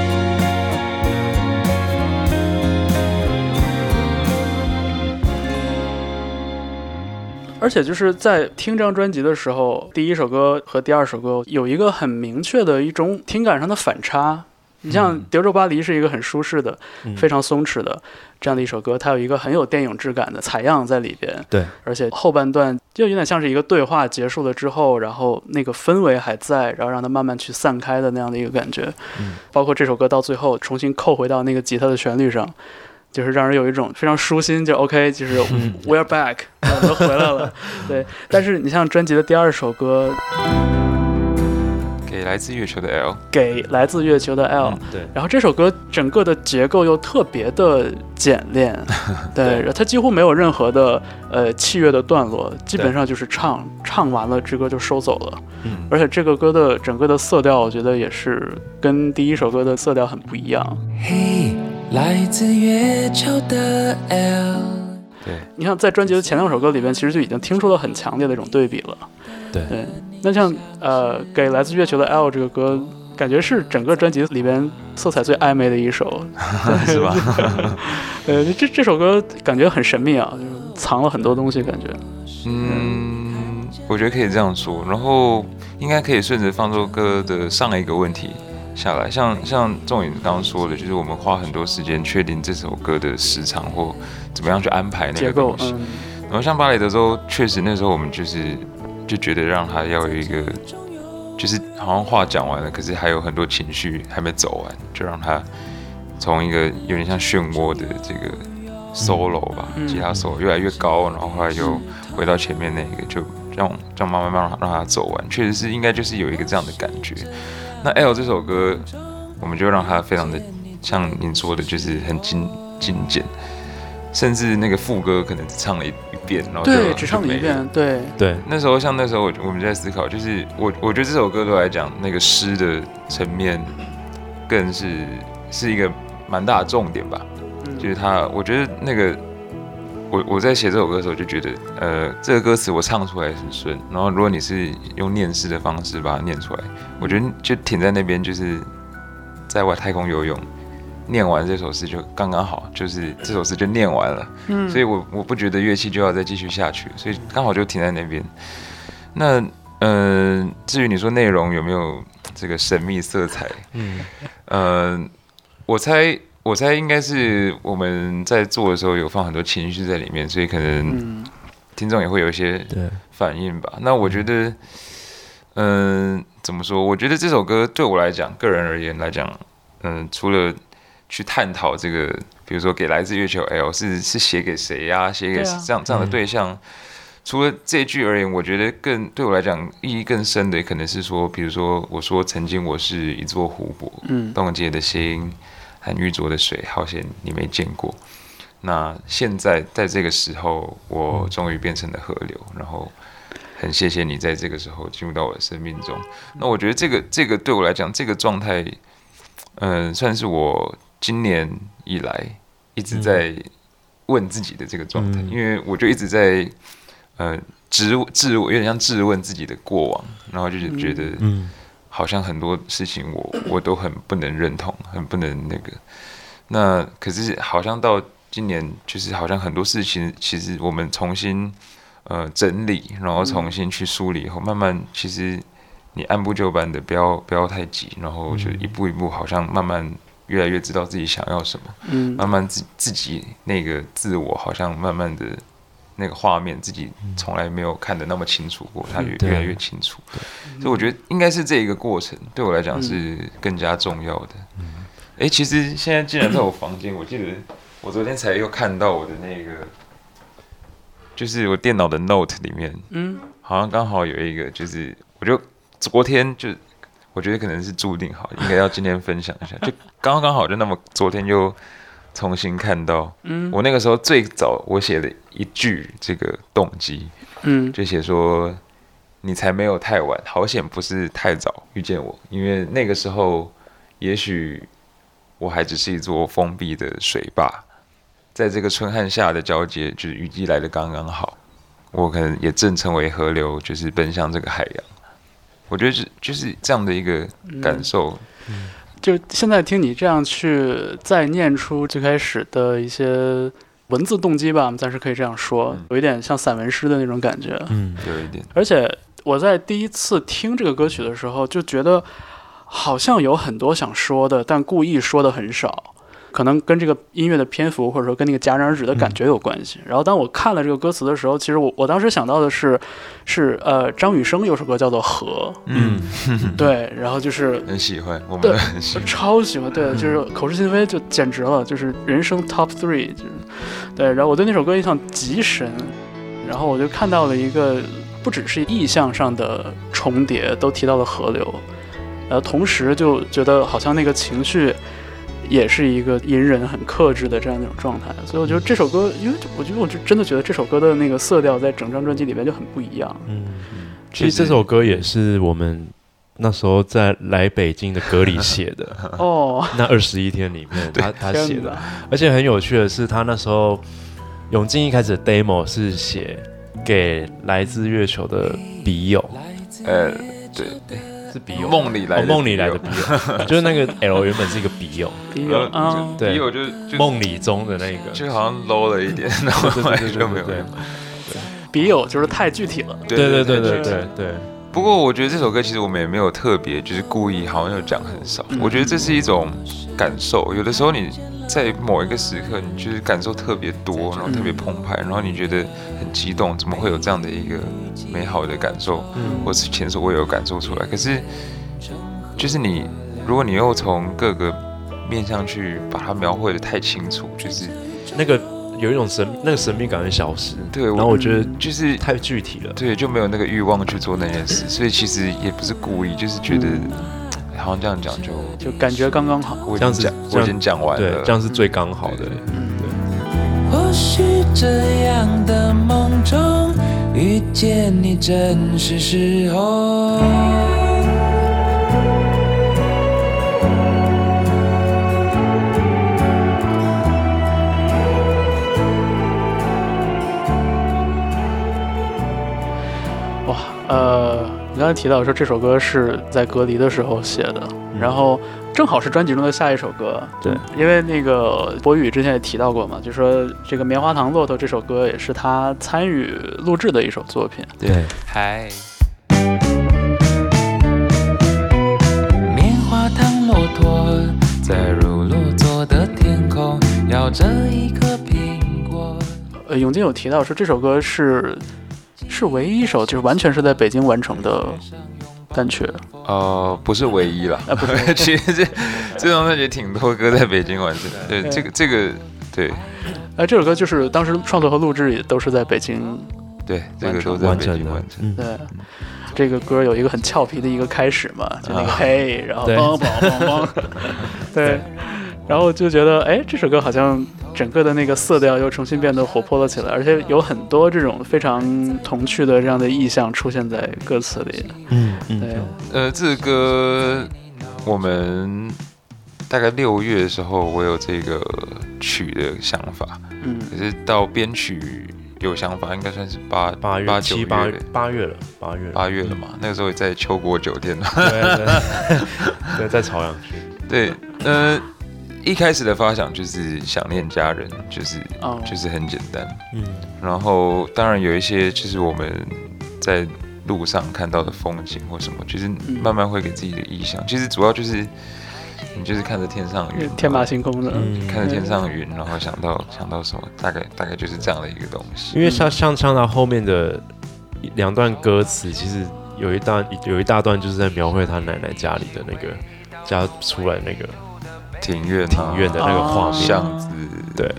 Speaker 1: 而且就是在听这张专辑的时候，第一首歌和第二首歌有一个很明确的一种听感上的反差。你像《德州巴黎》是一个很舒适的、
Speaker 3: 嗯
Speaker 1: 非常松弛的这样的一首歌，它有一个很有电影质感的采样在里边。
Speaker 3: 对，
Speaker 1: 而且后半段就有点像是一个对话结束了之后，然后那个氛围还在，然后让它慢慢去散开的那样的一个感觉。
Speaker 3: 嗯
Speaker 1: 包括这首歌到最后重新扣回到那个吉他的旋律上，就是让人有一种非常舒心，就 OK，就是
Speaker 3: (laughs)
Speaker 1: We're back，我们回来了。对，但是你像专辑的第二首歌
Speaker 5: 给来自月球的 L，
Speaker 1: 《给来自月球的 L》，
Speaker 3: 嗯对
Speaker 1: 然后这首歌整个的结构又特别的简
Speaker 3: (laughs)
Speaker 1: 练，对，然后它几乎没有任何的呃器乐的段落，基本上就是唱，唱完了这歌就收走了。
Speaker 3: 嗯
Speaker 1: 而且这个歌的整个的色调，我觉得也是跟第一首歌的色调很不一样。
Speaker 2: 嘿，来自月球的 L。
Speaker 1: 你像在专辑的前两首歌里边，其实就已经听出了很强烈的一种对比了。
Speaker 3: 对
Speaker 1: 对，那像呃，给来自月球的 L 这个歌，感觉是整个专辑里边色彩最暧昧的一首，
Speaker 5: (laughs)
Speaker 1: (laughs)
Speaker 5: 是吧？
Speaker 1: 呃，这这首歌感觉很神秘啊，就是藏了很多东西，感觉。
Speaker 5: 嗯，我觉得可以这样说，然后应该可以顺着放作哥的上一个问题下来，像像仲颖刚刚说的，就是我们花很多时间确定这首歌的时长或怎么样去安排那
Speaker 1: 结
Speaker 5: 个
Speaker 1: 构
Speaker 5: 东，西。
Speaker 1: 嗯，
Speaker 5: 然后像巴雷德州，确实那时候我们就是就觉得让他要有一个，就是好像话讲完了，可是还有很多情绪还没走完，就让他从一个有点像漩涡的这个 solo 吧，
Speaker 1: 嗯
Speaker 5: 吉他 solo 越来越高，然后后来又回到前面那个，就让让慢慢慢慢让他走完，确实是应该就是有一个这样的感觉。那 L 这首歌，我们就让它非常的像您说的，就是很精精简。甚至那个副歌可能只唱了一一遍，然后啊就
Speaker 1: 对，只唱了一。
Speaker 5: 就没
Speaker 1: 遍，对，
Speaker 3: 对，
Speaker 5: 那时候像那时候我我们在思考，就是我我觉得这首歌对我来讲，那个诗的层面更是是一个蛮大的重点吧。就
Speaker 1: 嗯，
Speaker 5: 是它，我觉得那个我我在写这首歌的时候就觉得，呃，这个歌词我唱出来很顺，然后如果你是用念诗的方式把它念出来，我觉得就停在那边，就是在外太空游泳。念完这首诗就刚刚好，就是这首诗就念完了，
Speaker 1: 嗯
Speaker 5: 所以我我不觉得乐器就要再继续下去，所以刚好就停在那边。那呃，至于你说内容有没有这个神秘色彩，
Speaker 3: 嗯
Speaker 5: 呃，我猜，我猜应该是我们在做的时候有放很多情绪在里面，所以可能
Speaker 1: 嗯，
Speaker 5: 听众也会有一些
Speaker 3: 对，
Speaker 5: 反应吧。那我觉得，嗯、怎么说？我觉得这首歌对我来讲，个人而言来讲，嗯、除了去探讨这个，比如说给来自月球 L 是是写给谁呀、写给
Speaker 1: 对啊
Speaker 5: 这样这样的对象。除了这句而言，我觉得更对我来讲意义更深的，可能是说，比如说我说曾经我是一座湖泊，
Speaker 1: 嗯，
Speaker 5: 冻结的心和玉浊的水，好险你没见过。那现在在这个时候，我终于变成了河流，然后很谢谢你在这个时候进入到我的生命中。那我觉得这个这个对我来讲，这个状态，嗯、算是我今年以来一直在问自己的这个状态，因为我就一直在，呃，质质有点像质问自己的过往，然后就是觉得，嗯，好像很多事情我我都很不能认同，很不能那个。那可是好像到今年，就是好像很多事情，其实我们重新呃整理，然后重新去梳理以后，慢慢其实你按部就班的，不要不要太急，然后就一步一步，好像慢慢越来越知道自己想要什么，
Speaker 1: 嗯
Speaker 5: 慢慢自自己那个自我好像慢慢的那个画面，自己从来没有看得那么清楚过，
Speaker 1: 嗯
Speaker 5: 它越
Speaker 3: 对
Speaker 5: 越来越清楚，所以我觉得应该是这一个过程对我来讲是
Speaker 1: 嗯
Speaker 5: 更加重要的。哎、其实现在既然在我房间，我记得我昨天才又看到我的那个，就是我电脑的 Note 里面，
Speaker 1: 嗯，
Speaker 5: 好像刚好有一个，就是我就昨天就我觉得可能是注定好，应该要今天分享一下，就刚刚好就那么昨天又重新看到，嗯，我那个时候最早我写的一句这个动机，
Speaker 1: 嗯
Speaker 5: 就写说你才没有太晚，好险不是太早遇见我，因为那个时候也许我还只是一座封闭的水坝，在这个春和夏的交界，就是雨季来的刚刚好，我可能也正成为河流，就是奔向这个海洋。我觉得是就是这样的一个感受，
Speaker 1: 就现在听你这样去再念出最开始的一些文字动机吧，我们暂时可以这样说，
Speaker 5: 嗯
Speaker 1: 有一点像散文诗的那种感觉。
Speaker 3: 嗯，
Speaker 5: 有一点
Speaker 1: 而且我在第一次听这个歌曲的时候，就觉得好像有很多想说的，但故意说的很少，可能跟这个音乐的篇幅，或者说跟那个戛然而止的感觉有关系。然后当我看了这个歌词的时候，其实我我当时想到的是，是呃张雨生有首歌叫做《河》，
Speaker 5: 嗯，
Speaker 1: 对，然后就是
Speaker 5: 很喜欢，我们
Speaker 1: 对
Speaker 5: 都很喜
Speaker 1: 我
Speaker 5: 欢。
Speaker 1: 超喜欢，对，就是口是心非就简直了，就是人生 top three，就是对。然后我对那首歌印象极深，然后我就看到了一个不只是意象上的重叠，都提到了河流，然后同时就觉得好像那个情绪也是一个隐忍、很克制的这样一种状态。所以我觉得这首歌，因为我觉得我就真的觉得这首歌的那个色调在整张专辑里面就很不一样。
Speaker 3: 其实这首歌也是我们那时候在来北京的隔离写的，
Speaker 1: 哦，
Speaker 3: 那二十一天里面他他写
Speaker 1: 天
Speaker 3: 的
Speaker 1: 哪，，
Speaker 3: 而且很有趣的是，他那时候永进一开始的 demo 是写给来自月球的笔友，
Speaker 5: 呃，对，
Speaker 3: 是笔友
Speaker 5: 梦里来的
Speaker 3: 哦
Speaker 5: 笔友，
Speaker 3: 梦里来的笔友，就是那个 L 原本是一个笔友，
Speaker 1: 笔友
Speaker 5: 然
Speaker 1: 啊
Speaker 5: 后，就，
Speaker 3: 呃对
Speaker 5: 笔友就就
Speaker 3: 梦里中的那个，
Speaker 5: 就好像 low 了一点，然后后来就没有
Speaker 3: (laughs)
Speaker 5: 用。
Speaker 1: 笔友就是太具体了。
Speaker 3: 对对对对
Speaker 1: 对
Speaker 3: 对对，
Speaker 5: 不过我觉得这首歌其实我们也没有特别，就是故意好像有讲很少。我觉得这是一种感受，有的时候你在某一个时刻，你就是感受特别多，然后特
Speaker 3: 嗯
Speaker 5: 别澎湃，然后你觉得很激动，怎么会有这样的一个美好的感受，
Speaker 3: 嗯
Speaker 5: 或是前所未有的感受出来？可是，就是你，如果你又从各个面向去把它描绘的太清楚，就是
Speaker 3: 那个有一种神，那个神秘感会消失。
Speaker 5: 对我
Speaker 3: 然后我觉得
Speaker 5: 就是
Speaker 3: 太具体了。
Speaker 5: 对，就没有那个欲望去做那件事，所以其实也不是故意，就是觉得、好像这样讲就
Speaker 1: 就感觉刚刚好。
Speaker 5: 我已
Speaker 3: 这样
Speaker 5: 经
Speaker 3: 子
Speaker 5: 讲，
Speaker 3: 这
Speaker 5: 我已
Speaker 3: 样
Speaker 5: 经讲完
Speaker 3: 对
Speaker 5: 了，，
Speaker 3: 这样是最刚好的
Speaker 5: 对。
Speaker 1: 嗯
Speaker 2: 或许这样的梦中遇见你正是时候。
Speaker 1: 哇，呃，你刚才提到说这首歌是在隔离的时候写的，然后正好是专辑中的下一首歌。
Speaker 4: 对，
Speaker 1: 因为那个博宇之前也提到过嘛，就说这个《棉花糖骆驼》这首歌也是他参与录制的一首作品。
Speaker 3: 对，
Speaker 5: 嗨，
Speaker 2: 棉花糖骆驼在如落座的天空，咬着一颗苹果。
Speaker 1: 呃，永进有提到说这首歌是是唯一一首就是完全是在北京完成的单曲。啊
Speaker 5: 呃，不是唯一啦， (laughs) 其实这这张专辑挺多歌在北京完成，对，这个这个对
Speaker 1: 呃，这首歌就是当时创作和录制也都是在北京
Speaker 5: 对，这个都在
Speaker 3: 完
Speaker 5: 北
Speaker 3: 成
Speaker 5: 京
Speaker 3: 的
Speaker 5: 完，成。
Speaker 3: 嗯，
Speaker 1: 对，这个歌有一个很俏皮的一个开始嘛，就那个嘿，然后
Speaker 3: 对
Speaker 1: 梆梆梆梆，对，然后就觉得哎，这首歌好像整个的那个色调又重新变得活泼了起来，而且有很多这种非常童趣的这样的意象出现在歌词里。
Speaker 3: 嗯
Speaker 1: 对，
Speaker 3: 嗯，
Speaker 5: 呃，这歌我们大概六月的时候，我有这个曲的想法，
Speaker 1: 嗯，
Speaker 5: 可是到编曲有想法，应该算是八
Speaker 3: 八月
Speaker 5: 八九
Speaker 3: 七八
Speaker 5: 月
Speaker 3: 八月了，八月了
Speaker 5: 八月了嘛。那个时候也在秋国酒店嘛。 (laughs)
Speaker 3: 对对对，在朝阳区，
Speaker 5: 对，呃，一开始的发想就是想念家人，就是、
Speaker 1: 哦
Speaker 5: 就是很简单。
Speaker 3: 嗯
Speaker 5: 然后当然有一些就是我们在路上看到的风景或什么，就是
Speaker 1: 嗯
Speaker 5: 慢慢会给自己的意向。其实主要就是你就是看着天上的云，
Speaker 1: 天马行空的，
Speaker 3: 嗯，
Speaker 5: 看着天上的云，然后想到想到什么，大概大概就是这样的一个东西。
Speaker 1: 嗯
Speaker 3: 因为像像像他后面的两段歌词，其实有一大有一大段就是在描绘他奶奶家里的那个家出来那个
Speaker 5: 庭院、啊
Speaker 3: 庭院的那个画面，
Speaker 5: 巷子，
Speaker 3: 对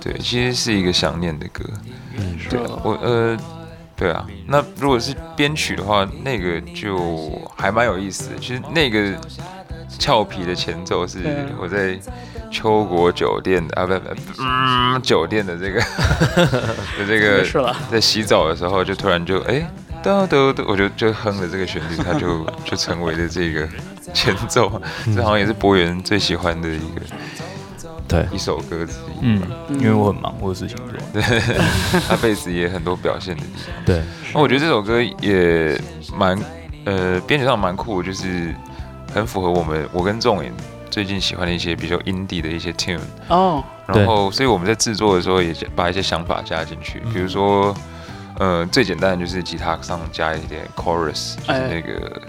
Speaker 5: 对，其实是一个想念的歌。
Speaker 1: 是
Speaker 5: 对
Speaker 1: 吧
Speaker 5: 啊，我呃，对啊，那如果是编曲的话，那个就还蛮有意思的。其实那个俏皮的前奏是
Speaker 1: 对啊
Speaker 5: 我在秋国酒店的啊，不不，嗯，酒店
Speaker 1: (laughs)
Speaker 5: 的这个的这
Speaker 1: 没事
Speaker 5: 个，
Speaker 1: 了。
Speaker 5: 在洗澡的时候就突然就哎。哒哒哒，我就就哼了这个旋律，它就就成为了这个前奏，
Speaker 1: 嗯
Speaker 5: 这好像也是博元最喜欢的一个
Speaker 3: 对，
Speaker 5: 一首歌之一。
Speaker 4: 嗯，
Speaker 1: 嗯
Speaker 4: 因为我很忙，我有事情做。
Speaker 5: 他贝斯也很多表现的地方。
Speaker 3: 对，
Speaker 5: 那我觉得这首歌也蛮，呃，编曲上蛮酷的，就是很符合我们我跟仲颖最近喜欢的一些比较 indie 的一些 tune，
Speaker 1: 哦，
Speaker 5: 然后所以我们在制作的时候也把一些想法加进去，比如说，呃，最简单的就是吉他上加一点 chorus，就是
Speaker 1: 哎
Speaker 5: 那个。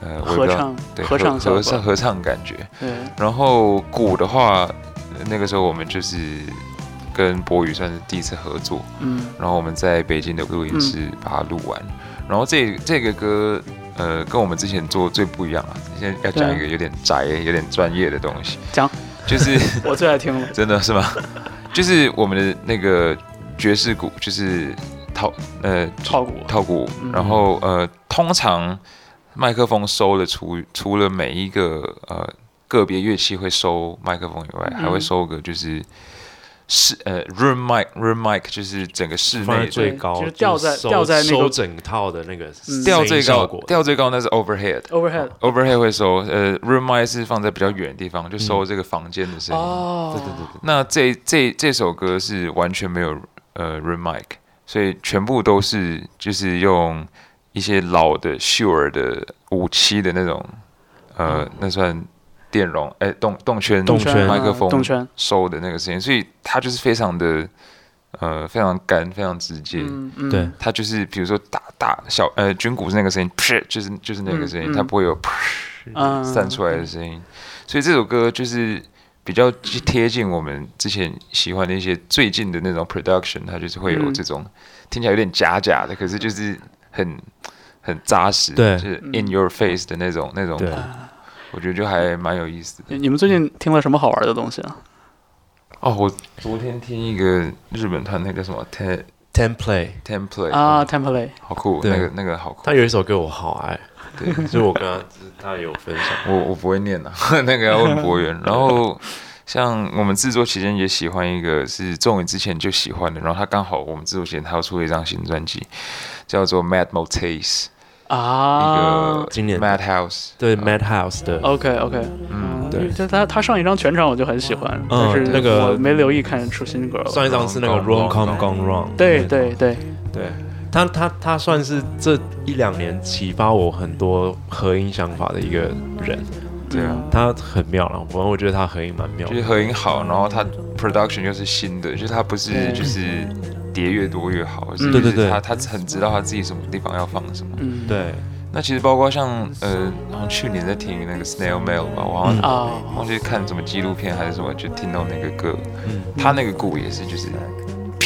Speaker 5: 呃，我也不
Speaker 1: 合
Speaker 5: 知道
Speaker 1: 唱，
Speaker 5: 对
Speaker 1: 合唱效
Speaker 5: 合
Speaker 1: 果
Speaker 5: 唱，合唱感觉，
Speaker 1: 对，
Speaker 5: 然后鼓的话，呃那个时候我们就是跟博宇算是第一次合作，
Speaker 1: 嗯
Speaker 5: 然后我们在北京的录音室把它录完。然后这这个歌，呃，跟我们之前做最不一样啊。现在要讲一个有点宅、有点专业的东西，
Speaker 1: 讲，
Speaker 5: 就是。
Speaker 1: 我最爱听了
Speaker 5: (laughs) 真的是吗？就是我们的那个爵士鼓，就是套呃
Speaker 1: 套鼓
Speaker 5: 套鼓
Speaker 1: 嗯，
Speaker 5: 然后呃，通常麦克风收了除除了每一个呃个别乐器会收麦克风以外，
Speaker 1: 嗯
Speaker 5: 还会收个就是室呃 room mic room mic，就是整个室
Speaker 3: 放在
Speaker 5: 内的
Speaker 3: 最高，
Speaker 1: 就是吊在
Speaker 3: 就是收
Speaker 1: 吊在那个
Speaker 3: 收整套的那个
Speaker 1: 嗯
Speaker 5: 调最
Speaker 3: 声音
Speaker 5: 高
Speaker 3: 效果，
Speaker 5: 调最高那是 overhead。
Speaker 1: Overhead，
Speaker 5: overhead 会收，呃，room mic 是放在比较远的地方，就
Speaker 3: 嗯
Speaker 5: 收这个房间的声音。
Speaker 1: 哦，
Speaker 3: 对对对对，
Speaker 5: 那这这这首歌是完全没有呃 room mic，所以全部都是就是用一些老的 Shure 的五七的那种，呃，那算电容哎、动动圈
Speaker 3: 嗯动圈
Speaker 5: 麦克风
Speaker 1: 动圈
Speaker 5: 收的那个声音，所以它就是非常的呃非常干，非常直接。
Speaker 1: 嗯嗯，
Speaker 3: 对
Speaker 5: 它就是比如说打打小呃军鼓是那个声音，噗就是就是那个声音，
Speaker 1: 嗯嗯
Speaker 5: 它不会有
Speaker 1: 嗯
Speaker 5: 噗散出来的声音，所以这首歌就是比较贴近我们之前喜欢的一些最近的那种 production，它就是会有
Speaker 1: 嗯
Speaker 5: 这种、听起来有点假假的，可是就是很很扎实，
Speaker 3: 对
Speaker 5: 就是 in your face 的那种那种，
Speaker 3: 对
Speaker 5: 我觉得就还蛮有意思的。
Speaker 1: 你你们最近听了什么好玩的东西啊？
Speaker 5: 哦，我昨天听一个日本团，那个什么 Ten
Speaker 3: ，template，
Speaker 5: Template
Speaker 3: 嗯
Speaker 1: 啊，Template，
Speaker 5: 好酷，
Speaker 3: 对
Speaker 5: 那个那个好酷，
Speaker 3: 他有一首歌我好爱，
Speaker 5: 对。
Speaker 3: 就是我跟他就是他有分享，
Speaker 5: 我我不会念啊， (laughs) 那个要问博源。然后像我们制作期间也喜欢一个是仲宇之前就喜欢的，然后他刚好我们制作期间他又出了一张新专辑，叫做 Mad Motes，
Speaker 1: 啊
Speaker 5: 一个
Speaker 3: 今年的
Speaker 5: Mad House。
Speaker 3: 对 Madhouse 的，
Speaker 1: ，OK OK，
Speaker 5: 嗯
Speaker 3: 对
Speaker 1: 就他他上一张全场我就很喜欢，但是
Speaker 3: 那个
Speaker 1: 我没留意看出新歌了。
Speaker 3: 上一张是那个 Wrong Come Gone Wrong，
Speaker 1: 对对对，
Speaker 3: 对，他他他算是这一两年启发我很多合音想法的一个人，
Speaker 5: 对啊，
Speaker 3: 他很妙了，反正我觉得他合音蛮妙
Speaker 5: 就是
Speaker 3: 的，
Speaker 5: 合音好，然后他 production 又是新的，就是他不是
Speaker 1: 对
Speaker 5: 就是叠越多越好，是
Speaker 3: 对对对
Speaker 5: 他他很知道他自己什么地方要放什么。
Speaker 1: 嗯，
Speaker 3: 对，
Speaker 5: 那其实包括像呃，好像去年在听那个 Snail Mail 吧，我好像
Speaker 1: 啊，
Speaker 5: 忘记看什么纪录片还是什么，就听到那个歌，
Speaker 3: 嗯
Speaker 5: 他那个鼓也是就是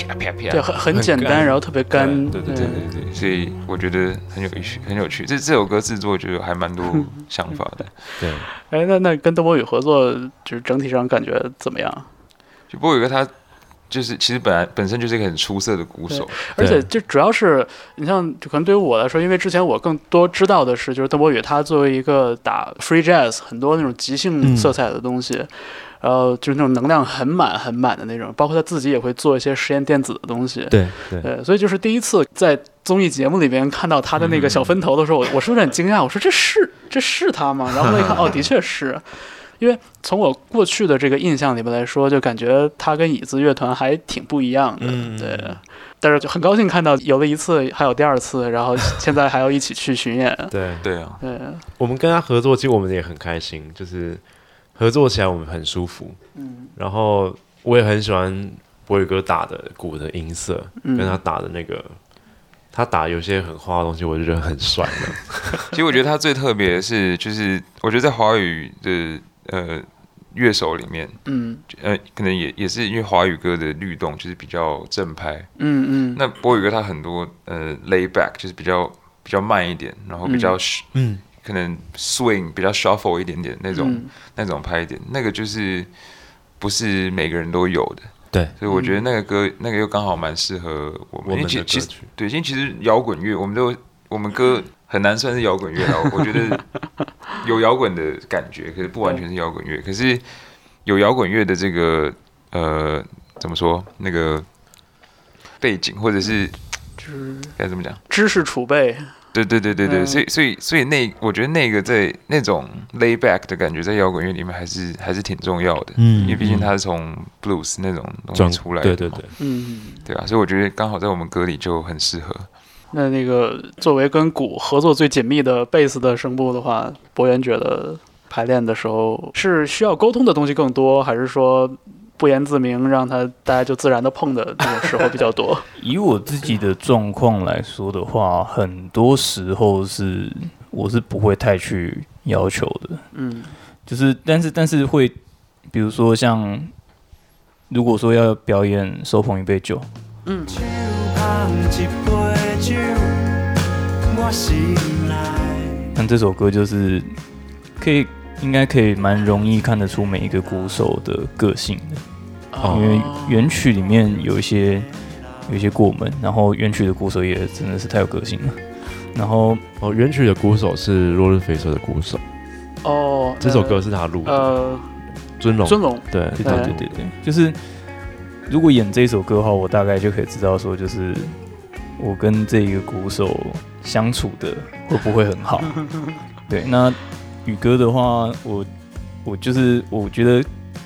Speaker 5: 啪啪
Speaker 1: 对，
Speaker 5: 啪，
Speaker 1: 很很简单，
Speaker 3: 干
Speaker 1: 然后特别干，嗯
Speaker 3: 对对
Speaker 5: 对对对，所以我觉得很有趣，很有趣。这这首歌制作就还蛮多想法的。
Speaker 3: 对，
Speaker 1: 哎，那那跟邓博宇合作，就是整体上感觉怎么样？
Speaker 5: 就不过有一个他就是其实本来本身就是一个很出色的鼓手，
Speaker 1: 而且
Speaker 3: 对
Speaker 1: 就主要是你像，就可能对于我来说，因为之前我更多知道的是，就是邓博宇他作为一个打 free jazz 很多那种即兴色彩的东西，呃，就是那种能量很满很满的那种，包括他自己也会做一些实验电子的东西，
Speaker 3: 对对，
Speaker 1: 对，呃所以就是第一次在综艺节目里边看到他的那个小分头的时候，我我是有点惊讶，我说这是这是他吗？然后我一看，哦，的确是，因为从我过去的这个印象里边来说，就感觉他跟椅子乐团还挺不一样的，
Speaker 3: 嗯
Speaker 1: 对。但是就很高兴看到有了一次，还有第二次，然后现在还要一起去巡演，
Speaker 3: 对，
Speaker 5: 对啊，
Speaker 1: 对，
Speaker 3: 我们跟他合作，其实我们也很开心，就是合作起来我们很舒服。
Speaker 1: 嗯
Speaker 3: 然后我也很喜欢博宇哥打的鼓的音色，
Speaker 1: 嗯，
Speaker 3: 跟他打的那个，他打有些很花的东西，我就觉得很帅
Speaker 5: 嗯
Speaker 3: 了。
Speaker 5: 其实我觉得他最特别的是，就是我觉得在华语的呃乐手里面，
Speaker 1: 嗯
Speaker 5: 呃，可能也也是因为华语歌的律动就是比较正拍，
Speaker 1: 嗯嗯，
Speaker 5: 那波宇哥他很多呃 lay back 就是比较比较慢一点，然后比较、
Speaker 3: 嗯，
Speaker 5: 可能 swing 比较 shuffle 一点点那种、
Speaker 1: 嗯
Speaker 5: 那种拍一点，那个就是不是每个人都有的。
Speaker 3: 对，
Speaker 5: 所以我
Speaker 1: 嗯
Speaker 5: 觉得那个歌，那个又刚好蛮适合我
Speaker 3: 我
Speaker 5: 们。
Speaker 3: 们
Speaker 5: 因
Speaker 3: 的
Speaker 5: 为其
Speaker 3: 歌
Speaker 5: 其实
Speaker 3: 曲
Speaker 5: 对，因为其实摇滚乐，我们都我们歌很难算是摇滚乐了。我我觉得有摇滚的感觉，可是不完全是摇滚乐。可是有摇滚乐的这个呃，怎么说那个背景，或者是
Speaker 1: 知
Speaker 5: 该怎么讲？
Speaker 1: 知识储备，
Speaker 5: 对对对对对，
Speaker 1: 嗯
Speaker 5: 所以所以所以那我觉得那个在那种 lay back 的感觉，在摇滚乐里面还是还是挺重要的，
Speaker 3: 嗯
Speaker 5: 因为毕竟它是从 blues 那种东
Speaker 3: 转
Speaker 5: 西出来的
Speaker 3: 对
Speaker 5: 嘛，
Speaker 3: 对对，
Speaker 1: 嗯。
Speaker 5: 对啊，所以我觉得刚好在我们歌里就很适合。
Speaker 1: 那那个作为跟鼓合作最紧密的贝斯的声部的话，博源觉得排练的时候是需要沟通的东西更多，还是说不言自明，让他大家就自然的碰的那种时候比较多？ (laughs)
Speaker 4: 以我自己的状况来说的话，很多时候是我是不会太去要求的，
Speaker 1: 嗯
Speaker 4: 就是但是但是会，比如说像如果说要表演手捧一杯酒，
Speaker 1: 嗯
Speaker 6: 手捧一杯酒，我心内。
Speaker 4: 像这首歌就是可以应该可以蛮容易看得出每一个鼓手的个性的。
Speaker 1: 哦
Speaker 4: 因为原曲里面有一些有一些过门，然后原曲的鼓手也真的是太有个性了。然后
Speaker 3: 哦，原曲的鼓手是落日飞车的鼓手，
Speaker 5: 呃
Speaker 1: 哦，
Speaker 3: 这首歌是他录的，
Speaker 1: 呃
Speaker 3: 尊龙，
Speaker 1: 尊龙，
Speaker 3: 对
Speaker 4: 对
Speaker 3: 他
Speaker 4: 对对
Speaker 3: 录
Speaker 4: 对对，就是如果演这首歌的话，我大概就可以知道说，就是我跟这一个鼓手相处的会不会很好。对，那宇哥的话，我我就是我觉得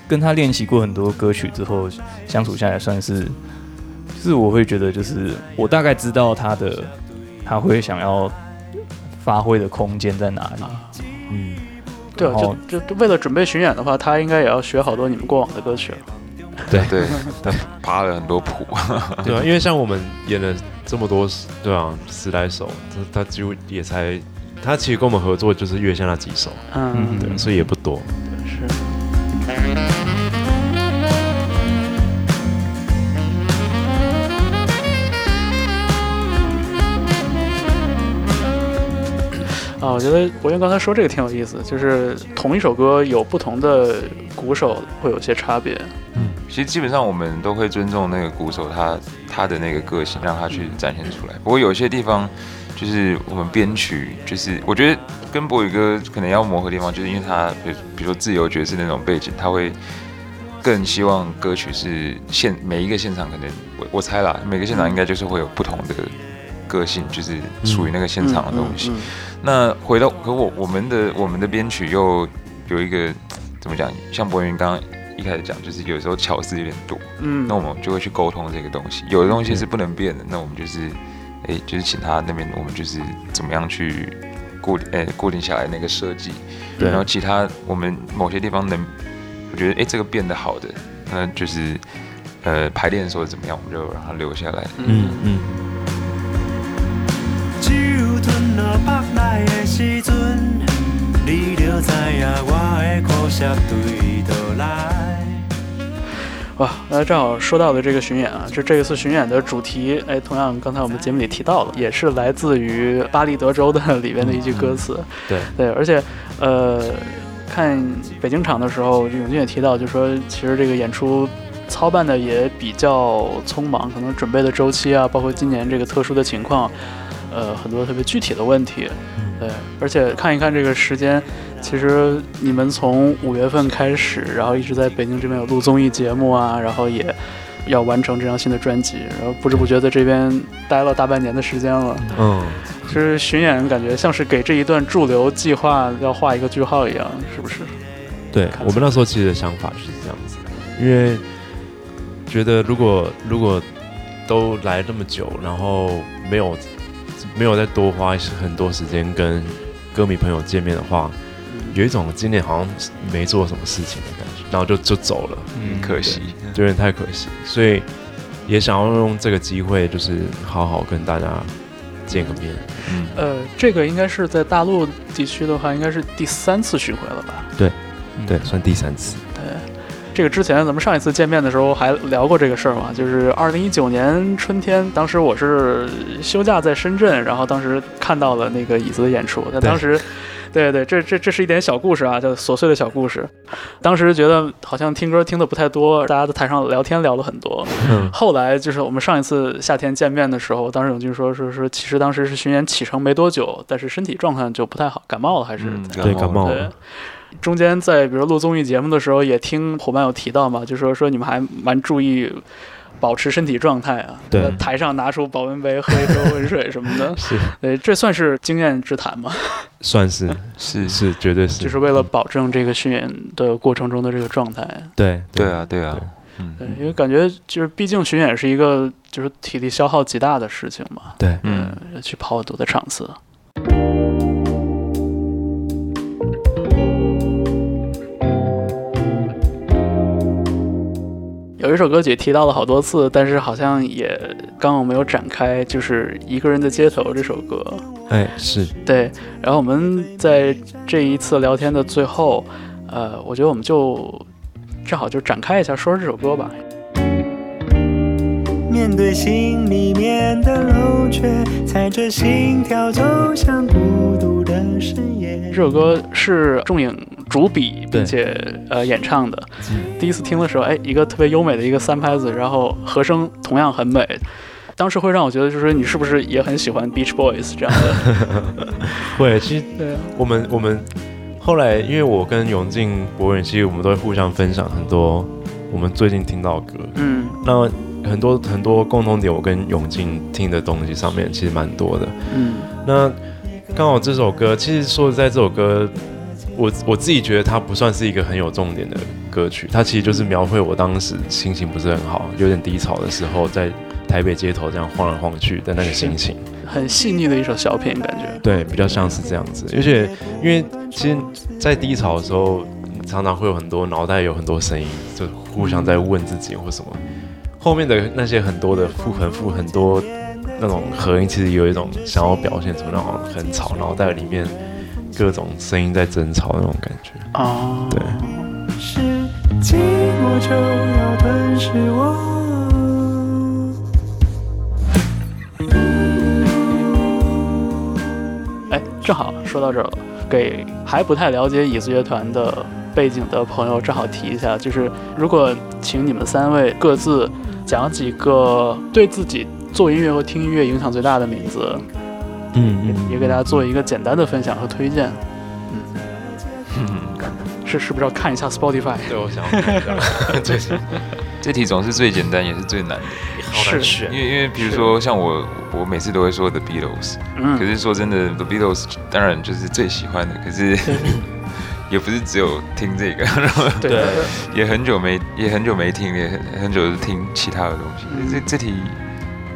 Speaker 4: 跟他练习过很多歌曲之后，相处下来算是，就是我会觉得就是我大概知道他的他会想要发挥的空间在哪里。
Speaker 3: 嗯，
Speaker 1: 对啊，
Speaker 4: 然后
Speaker 1: 就就为了准备巡演的话，他应该也要学好多你们过往的歌曲。
Speaker 5: (laughs) 对，他扒了很多谱， (laughs)
Speaker 3: 对啊，因为像我们演了这么多，对啊，十来首，他他几乎也才，他其实跟我们合作就是月下那几首，
Speaker 1: 嗯，
Speaker 3: 对，所以也不多。
Speaker 1: 是。啊，我觉得博源刚才说这个挺有意思，就是同一首歌有不同的鼓手会有些差别。
Speaker 5: 其实基本上我们都会尊重那个鼓手他他的那个个性，让他去展现出来。不过有些地方就是我们编曲，就是我觉得跟博宇哥可能要磨合的地方，就是因为他比如比如说自由爵士那种背景，他会更希望歌曲是现每一个现场可能我我猜啦，每个现场应该就是会有不同的个性，就是属于那个现场的东西。
Speaker 1: 嗯
Speaker 5: 那回到可我我们的我们的编曲又有一个怎么讲？像博云刚刚一开始讲，就是有时候巧思有点多，
Speaker 1: 嗯，
Speaker 5: 那我们就会去沟通这个东西。有的东西是不能变的，那我们就是哎、就是请他那边我们就是怎么样去固定哎、固定下来那个设计，
Speaker 3: 对
Speaker 5: 然后其他我们某些地方能，我觉得哎、这个变得好的，那就是呃排练的时候怎么样，我们就让它留下来。
Speaker 3: 嗯嗯，
Speaker 6: 酒吞落腹内的时阵，你就知影我的苦涩对倒来。
Speaker 1: 哇，那正好说到的这个巡演啊，就这一次巡演的主题，哎，同样刚才我们节目里提到了，也是来自于巴黎德州的里边的一句歌词。嗯
Speaker 3: 对
Speaker 1: 对，而且呃，看北京场的时候，永俊也提到，就说其实这个演出。操办的也比较匆忙，可能准备的周期啊，包括今年这个特殊的情况，呃，很多特别具体的问题，对，而且看一看这个时间，其实你们从五月份开始，然后一直在北京这边有录综艺节目啊，然后也要完成这张新的专辑，然后不知不觉在这边待了大半年的时间了。
Speaker 3: 嗯，
Speaker 1: 其实巡演感觉像是给这一段驻留计划要画一个句号一样，是不是？
Speaker 3: 对我们那时候其实的想法是这样子，因为觉得如果如果都来这么久，然后没有没有再多花很多时间跟歌迷朋友见面的话，有一种今年好像没做什么事情的感觉，然后就就走了，
Speaker 4: 嗯
Speaker 5: 可惜。
Speaker 3: 就有点太可惜，所以也想要用这个机会，就是好好跟大家见个面。
Speaker 5: 嗯，
Speaker 1: 呃，这个应该是在大陆地区的话，应该是第三次巡回了吧？
Speaker 3: 对，算第三次。
Speaker 1: 这个之前咱们上一次见面的时候还聊过这个事儿嘛，就是二零一九年春天，当时我是休假在深圳，然后当时看到了那个椅子的演出，但
Speaker 3: 对
Speaker 1: 当时。对对，这这这是一点小故事啊，叫琐碎的小故事。当时觉得好像听歌听的不太多，大家在台上聊天聊了很多，
Speaker 3: 嗯
Speaker 1: 后来就是我们上一次夏天见面的时候，当时永俊说说说，其实当时是巡演启程没多久，但是身体状况就不太好，感冒了还是、
Speaker 5: 嗯
Speaker 3: 对，感冒
Speaker 1: 对
Speaker 3: 了。。
Speaker 1: 中间在比如录综艺节目的时候，也听伙伴有提到嘛，就说说你们还蛮注意保持身体状态啊。
Speaker 3: 对，
Speaker 1: 在台上拿出保温杯喝一喝温水什么的
Speaker 3: 是，
Speaker 1: 对，这算是经验之谈嘛，
Speaker 3: 算是
Speaker 5: 是
Speaker 3: 是，绝对是，
Speaker 1: 就是为了保证这个巡演的过程中的这个状态。
Speaker 3: 对
Speaker 5: 对啊，对啊，嗯
Speaker 1: 对，因为感觉就是，毕竟巡演是一个就是体力消耗极大的事情嘛。
Speaker 3: 对，
Speaker 5: 嗯，
Speaker 1: 呃，去跑很多的场次。有一首歌曲提到了好多次，但是好像也刚好没有展开，就是《一个人的街头》这首歌。
Speaker 3: 哎是，
Speaker 1: 对，然后我们在这一次聊天的最后，呃，我觉得我们就正好就展开一下说说这首歌吧。
Speaker 6: 面对心里面的楼雀，踩着心跳走向孤独的深夜
Speaker 1: 这。首歌是仲影主笔，并
Speaker 3: 对
Speaker 1: 且呃演唱的。第一次听的时候，哎，一个特别优美的一个三拍子，然后和声同样很美。当时会让我觉得，就是你是不是也很喜欢 Beach Boys 这样的？
Speaker 3: 会，其实
Speaker 1: 对啊，
Speaker 3: 我们我们后来，因为我跟永进、博远，其实我们都会互相分享很多我们最近听到的歌，
Speaker 1: 嗯
Speaker 3: 那很多很多共同点，我跟永进听的东西上面其实蛮多的。
Speaker 1: 嗯
Speaker 3: 那刚好这首歌，其实说实在，这首歌我我自己觉得它不算是一个很有重点的歌曲，它其实就是描绘我当时心情不是很好，有点低潮的时候，在台北街头这样晃来晃去的那个心情。
Speaker 1: 很细腻的一首小品，感觉。
Speaker 3: 对，比较像是这样子。而且因为其实，在低潮的时候，常常会有很多脑袋有很多声音，就互相在问自己或什么。后面的那些很多的复横复很多那种合音，其实有一种想要表现出那种很吵，脑袋里面各种声音在争吵那种感觉。
Speaker 1: 哦，
Speaker 3: 对，
Speaker 6: 是寂寞就要吞噬我。
Speaker 1: 哎，正好说到这儿了，给还不太了解椅子乐团的背景的朋友，正好提一下，就是如果请你们三位各自讲几个对自己做音乐和听音乐影响最大的名字，
Speaker 3: 嗯
Speaker 1: 也也给大家做一个简单的分享和推荐。嗯，是是不是要看一下 Spotify？
Speaker 3: 对我想要看一下，最近
Speaker 5: 这题总是最简单也是最难的，
Speaker 3: 好难
Speaker 1: 是
Speaker 3: 选
Speaker 5: 因。为因为比如说像我，我每次都会说 The Beatles，可
Speaker 1: 嗯，
Speaker 5: 是说真的，The Beatles 当然就是最喜欢的，可是 (laughs) 也不是只有听这个， (laughs) 然后
Speaker 1: (laughs) 对，
Speaker 3: 对
Speaker 5: 也很久没也很久没听，也很很久是听其他的东西。
Speaker 1: 嗯
Speaker 5: 这这题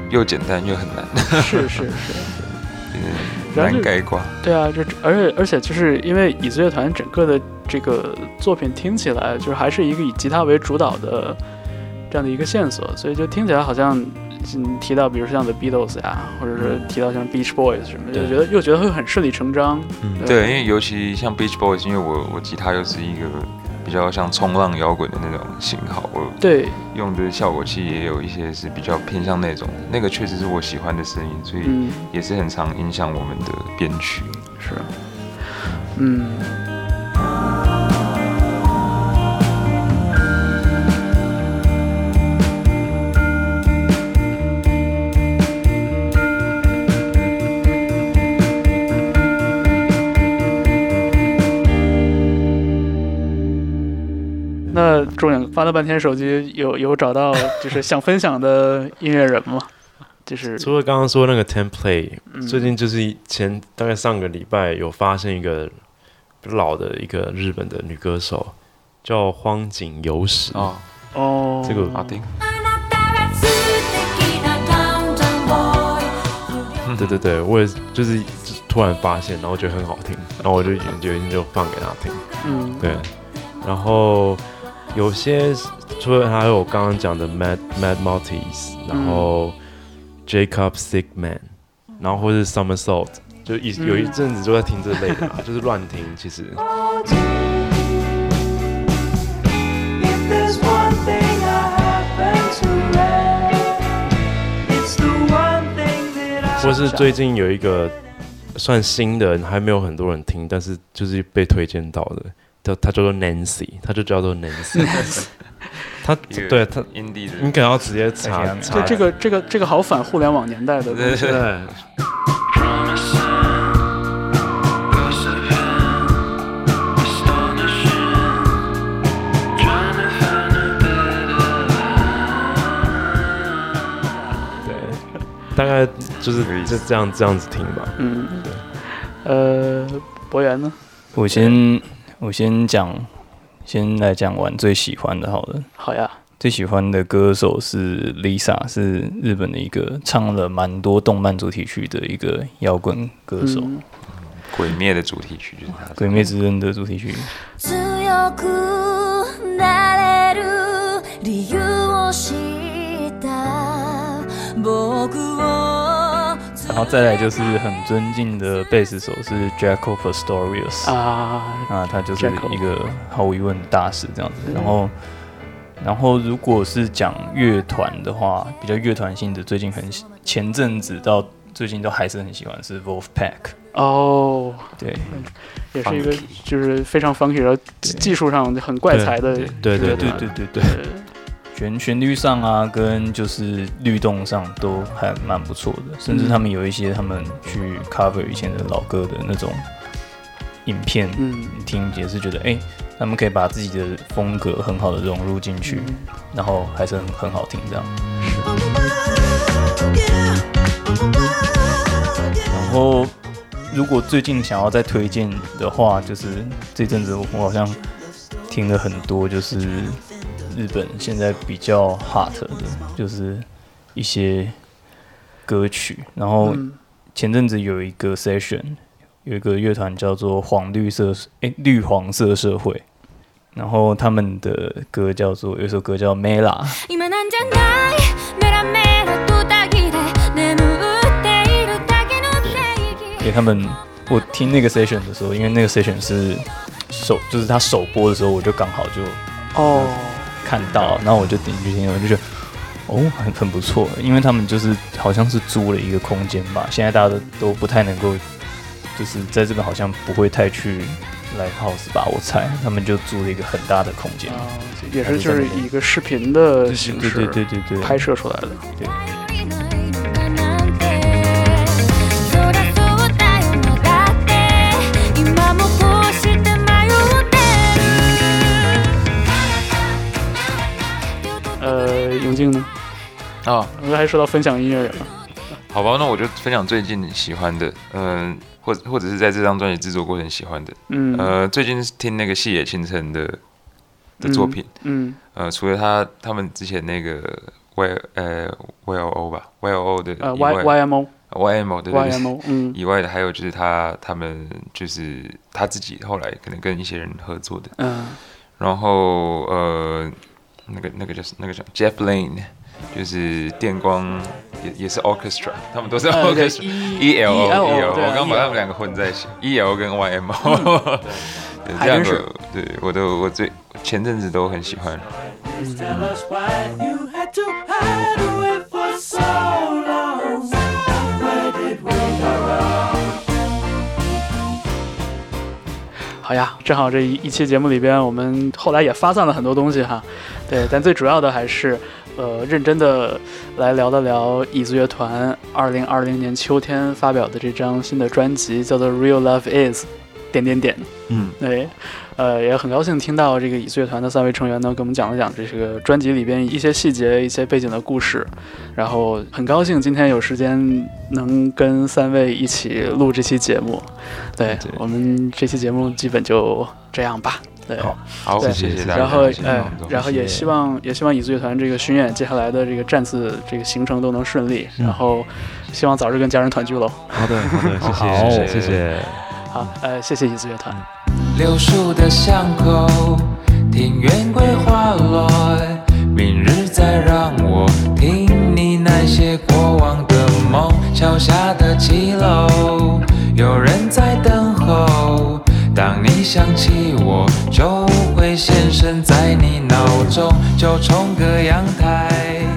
Speaker 5: 又简单又很
Speaker 1: (laughs)
Speaker 5: 难，
Speaker 1: 是是是，然后
Speaker 5: 难
Speaker 1: 就
Speaker 5: 概括。
Speaker 1: 对啊，这而且而且就是因为椅子乐团整个的这个作品听起来就是还是一个以吉他为主导的这样的一个线索，所以就听起来好像嗯提到比如像 The Beatles 呀、或者是提到像 Beach Boys 什么的，就
Speaker 3: 对
Speaker 1: 觉得又觉得会很顺理成章。
Speaker 3: 嗯
Speaker 5: 对，因为尤其像 Beach Boys，因为我我吉他又是一个比较像冲浪摇滚的那种型号，我
Speaker 1: 对，
Speaker 5: 用的效果器也有一些是比较偏向那种，那个确实是我喜欢的声音，所以
Speaker 1: 嗯，
Speaker 5: 也是很常影响我们的编曲。
Speaker 1: 是，嗯。
Speaker 6: 我
Speaker 1: 重点翻了半天手机，有有找到就是想分享的音乐人吗？就是
Speaker 3: 除了刚刚说那个 template，、
Speaker 1: 嗯
Speaker 3: 最近就是前大概上个礼拜有发现一个老的一个日本的女歌手，叫荒井由实。
Speaker 5: 哦，
Speaker 1: 哦，
Speaker 3: 这个
Speaker 5: 好听，
Speaker 3: 对对对，我也是就是就是突然发现，然后觉得很好听，然后我就研究研究放给她听。
Speaker 1: 嗯，
Speaker 3: 对，然后有些除了还有我刚刚讲的 Mad Mad Maltese，然后 Jacob Sigman，然后或是 Somersault，就一有一阵子就在听这类的、啊，就是乱听。其实
Speaker 8: If there's one thing I happen to love, it's the one thing that I
Speaker 3: 或是最近有一个算新的，还没有很多人听，但是就是被推荐到的，叫他叫做 Nancy，他就叫做 Nancy，他
Speaker 5: 一个
Speaker 3: 对他。
Speaker 5: 印地
Speaker 3: 你
Speaker 5: 人，
Speaker 3: 可能要直接
Speaker 5: 哎
Speaker 3: 查
Speaker 4: 对
Speaker 3: 查
Speaker 1: 对这个这个这个好反互联网年代的东西，
Speaker 3: 对，对，大概就是
Speaker 5: 有意
Speaker 3: 就
Speaker 5: 思
Speaker 3: 这样这样子听吧。
Speaker 1: 嗯，呃，博源呢？
Speaker 4: 我先我先讲，先来讲完最喜欢的好了。
Speaker 1: 好呀，
Speaker 4: 最喜欢的歌手是 Lisa，是日本的一个唱了蛮多动漫主题曲的一个摇滚歌手，
Speaker 1: 嗯
Speaker 5: 鬼灭的主题曲就是他的。
Speaker 4: 鬼灭之刃》的主题曲。
Speaker 7: 強くなれる理由を知った僕を
Speaker 4: 然后再来就是很尊敬的贝斯手是 Jaco Pastorius
Speaker 1: 啊，
Speaker 4: 啊，他就是一
Speaker 1: Jaco
Speaker 4: 个毫无疑问的大师这样子。然后，然后如果是讲乐团的话，比较乐团性的，最近很喜前阵子到最近都还是很喜欢是 Wolfpack，
Speaker 1: 哦，
Speaker 4: 对，
Speaker 1: 也是一个就是非常 funky，然后技技术上很怪才的，呃
Speaker 3: 对对对
Speaker 4: 对对
Speaker 3: 对
Speaker 4: 对对对，旋旋律上啊，跟就是律动上都还蛮不错的，甚至他们有一些他们去 cover 以前的老歌的那种影片，
Speaker 1: 嗯
Speaker 4: 你听也是觉得哎、诶他们可以把自己的风格很好的融入进去，然后还是很很好听这样。然后，如果最近想要再推荐的话，就是这阵子我好像听了很多，就是日本现在比较 hot 的，就是一些歌曲。然后
Speaker 1: 嗯
Speaker 4: 前阵子有一个 session，有一个乐团叫做黄绿色，哎，绿黄色社会。然后他们的歌叫做有一首歌叫《Mela》，
Speaker 7: 今なんじゃないメラメラとたぎで眠っているだけの正
Speaker 4: 给
Speaker 7: 義
Speaker 4: 他们。我听那个 session 的时候，因为那个 session 是首，就是他首播的时候，我就刚好就
Speaker 1: 哦，
Speaker 4: 看到，然后我就点进去听，我就觉得哦，很很不错，因为他们就是好像是租了一个空间吧，现在大家都都不太能够，就是在这边好像不会太去 live house 吧，我猜他们就租了一个很大的空间，
Speaker 1: 啊也是就是以一个视频的形
Speaker 4: 对对
Speaker 1: 式
Speaker 4: 对对对，
Speaker 1: 拍摄出来的，
Speaker 7: 頼りないのかなんてそりゃそうだよなだって今もこうして迷ってる
Speaker 1: 呃，永静呢？
Speaker 5: 哦，
Speaker 1: 我们还说到分享音乐人了，
Speaker 5: 好吧，那我就分享最近喜欢的，嗯、或或者是在这张专辑制作过程喜欢的。
Speaker 1: 嗯
Speaker 5: 呃，最近是听那个细野晴臣的的作品，
Speaker 1: 嗯
Speaker 5: 呃，除了他他们之前那个 Y 呃 YLO 吧 YLO 的
Speaker 1: 呃
Speaker 5: 以外、
Speaker 1: Y Y M O
Speaker 5: YMO
Speaker 1: Y
Speaker 5: 对对对
Speaker 1: M O 嗯
Speaker 5: 以外的，还有就是他他们就是他自己后来可能跟一些人合作的，
Speaker 1: 嗯
Speaker 5: 然后呃，那个那个叫那个叫 Jeff Lane，就是电光也也是 Orchestra，他们都是
Speaker 1: 呃对
Speaker 5: Orchestra、E L O E
Speaker 1: ELO
Speaker 5: L，
Speaker 1: 对啊
Speaker 5: 我刚把
Speaker 1: ELO
Speaker 5: 他们两个混在一起，E L 跟 Y M O，对
Speaker 1: 嗯还
Speaker 5: 这
Speaker 1: 真
Speaker 5: 两
Speaker 1: 是
Speaker 5: 个对我都我最前阵子都很喜欢，
Speaker 8: tell us why you had to hide away for so long. Where did we go wrong?
Speaker 1: 好呀，正好这一一期节目里边，我们后来也发散了很多东西哈，对，但最主要的还是，呃，认真的来聊了聊椅子乐团二零二零年秋天发表的这张新的专辑，叫做《Real Love Is》。点点点。
Speaker 3: 嗯，
Speaker 1: 对，呃，也很高兴听到这个以岁乐团的三位成员呢，给我们讲了讲这个专辑里边一些细节、一些背景的故事。然后很高兴今天有时间能跟三位一起录这期节目。对
Speaker 3: 对
Speaker 1: 我们这期节目基本就这样吧。对，
Speaker 5: 好好，
Speaker 1: 对
Speaker 5: 谢谢大家，
Speaker 1: 然后
Speaker 5: 谢谢
Speaker 1: 哎
Speaker 5: 王，总
Speaker 1: 然后也希望也希望以子乐团这个巡演接下来的这个战次这个行程都能顺利，然后希望早日跟家人团聚喽。
Speaker 3: 好的，好的，谢
Speaker 5: 好
Speaker 3: 谢，谢谢。
Speaker 1: 好，呃，谢谢以子乐团。
Speaker 2: 柳树的巷口，庭院桂花落。明日再让我听你那些过往的梦。桥下的骑楼，有人在等候。当你想起我，就会现身在你脑中。就冲个阳台。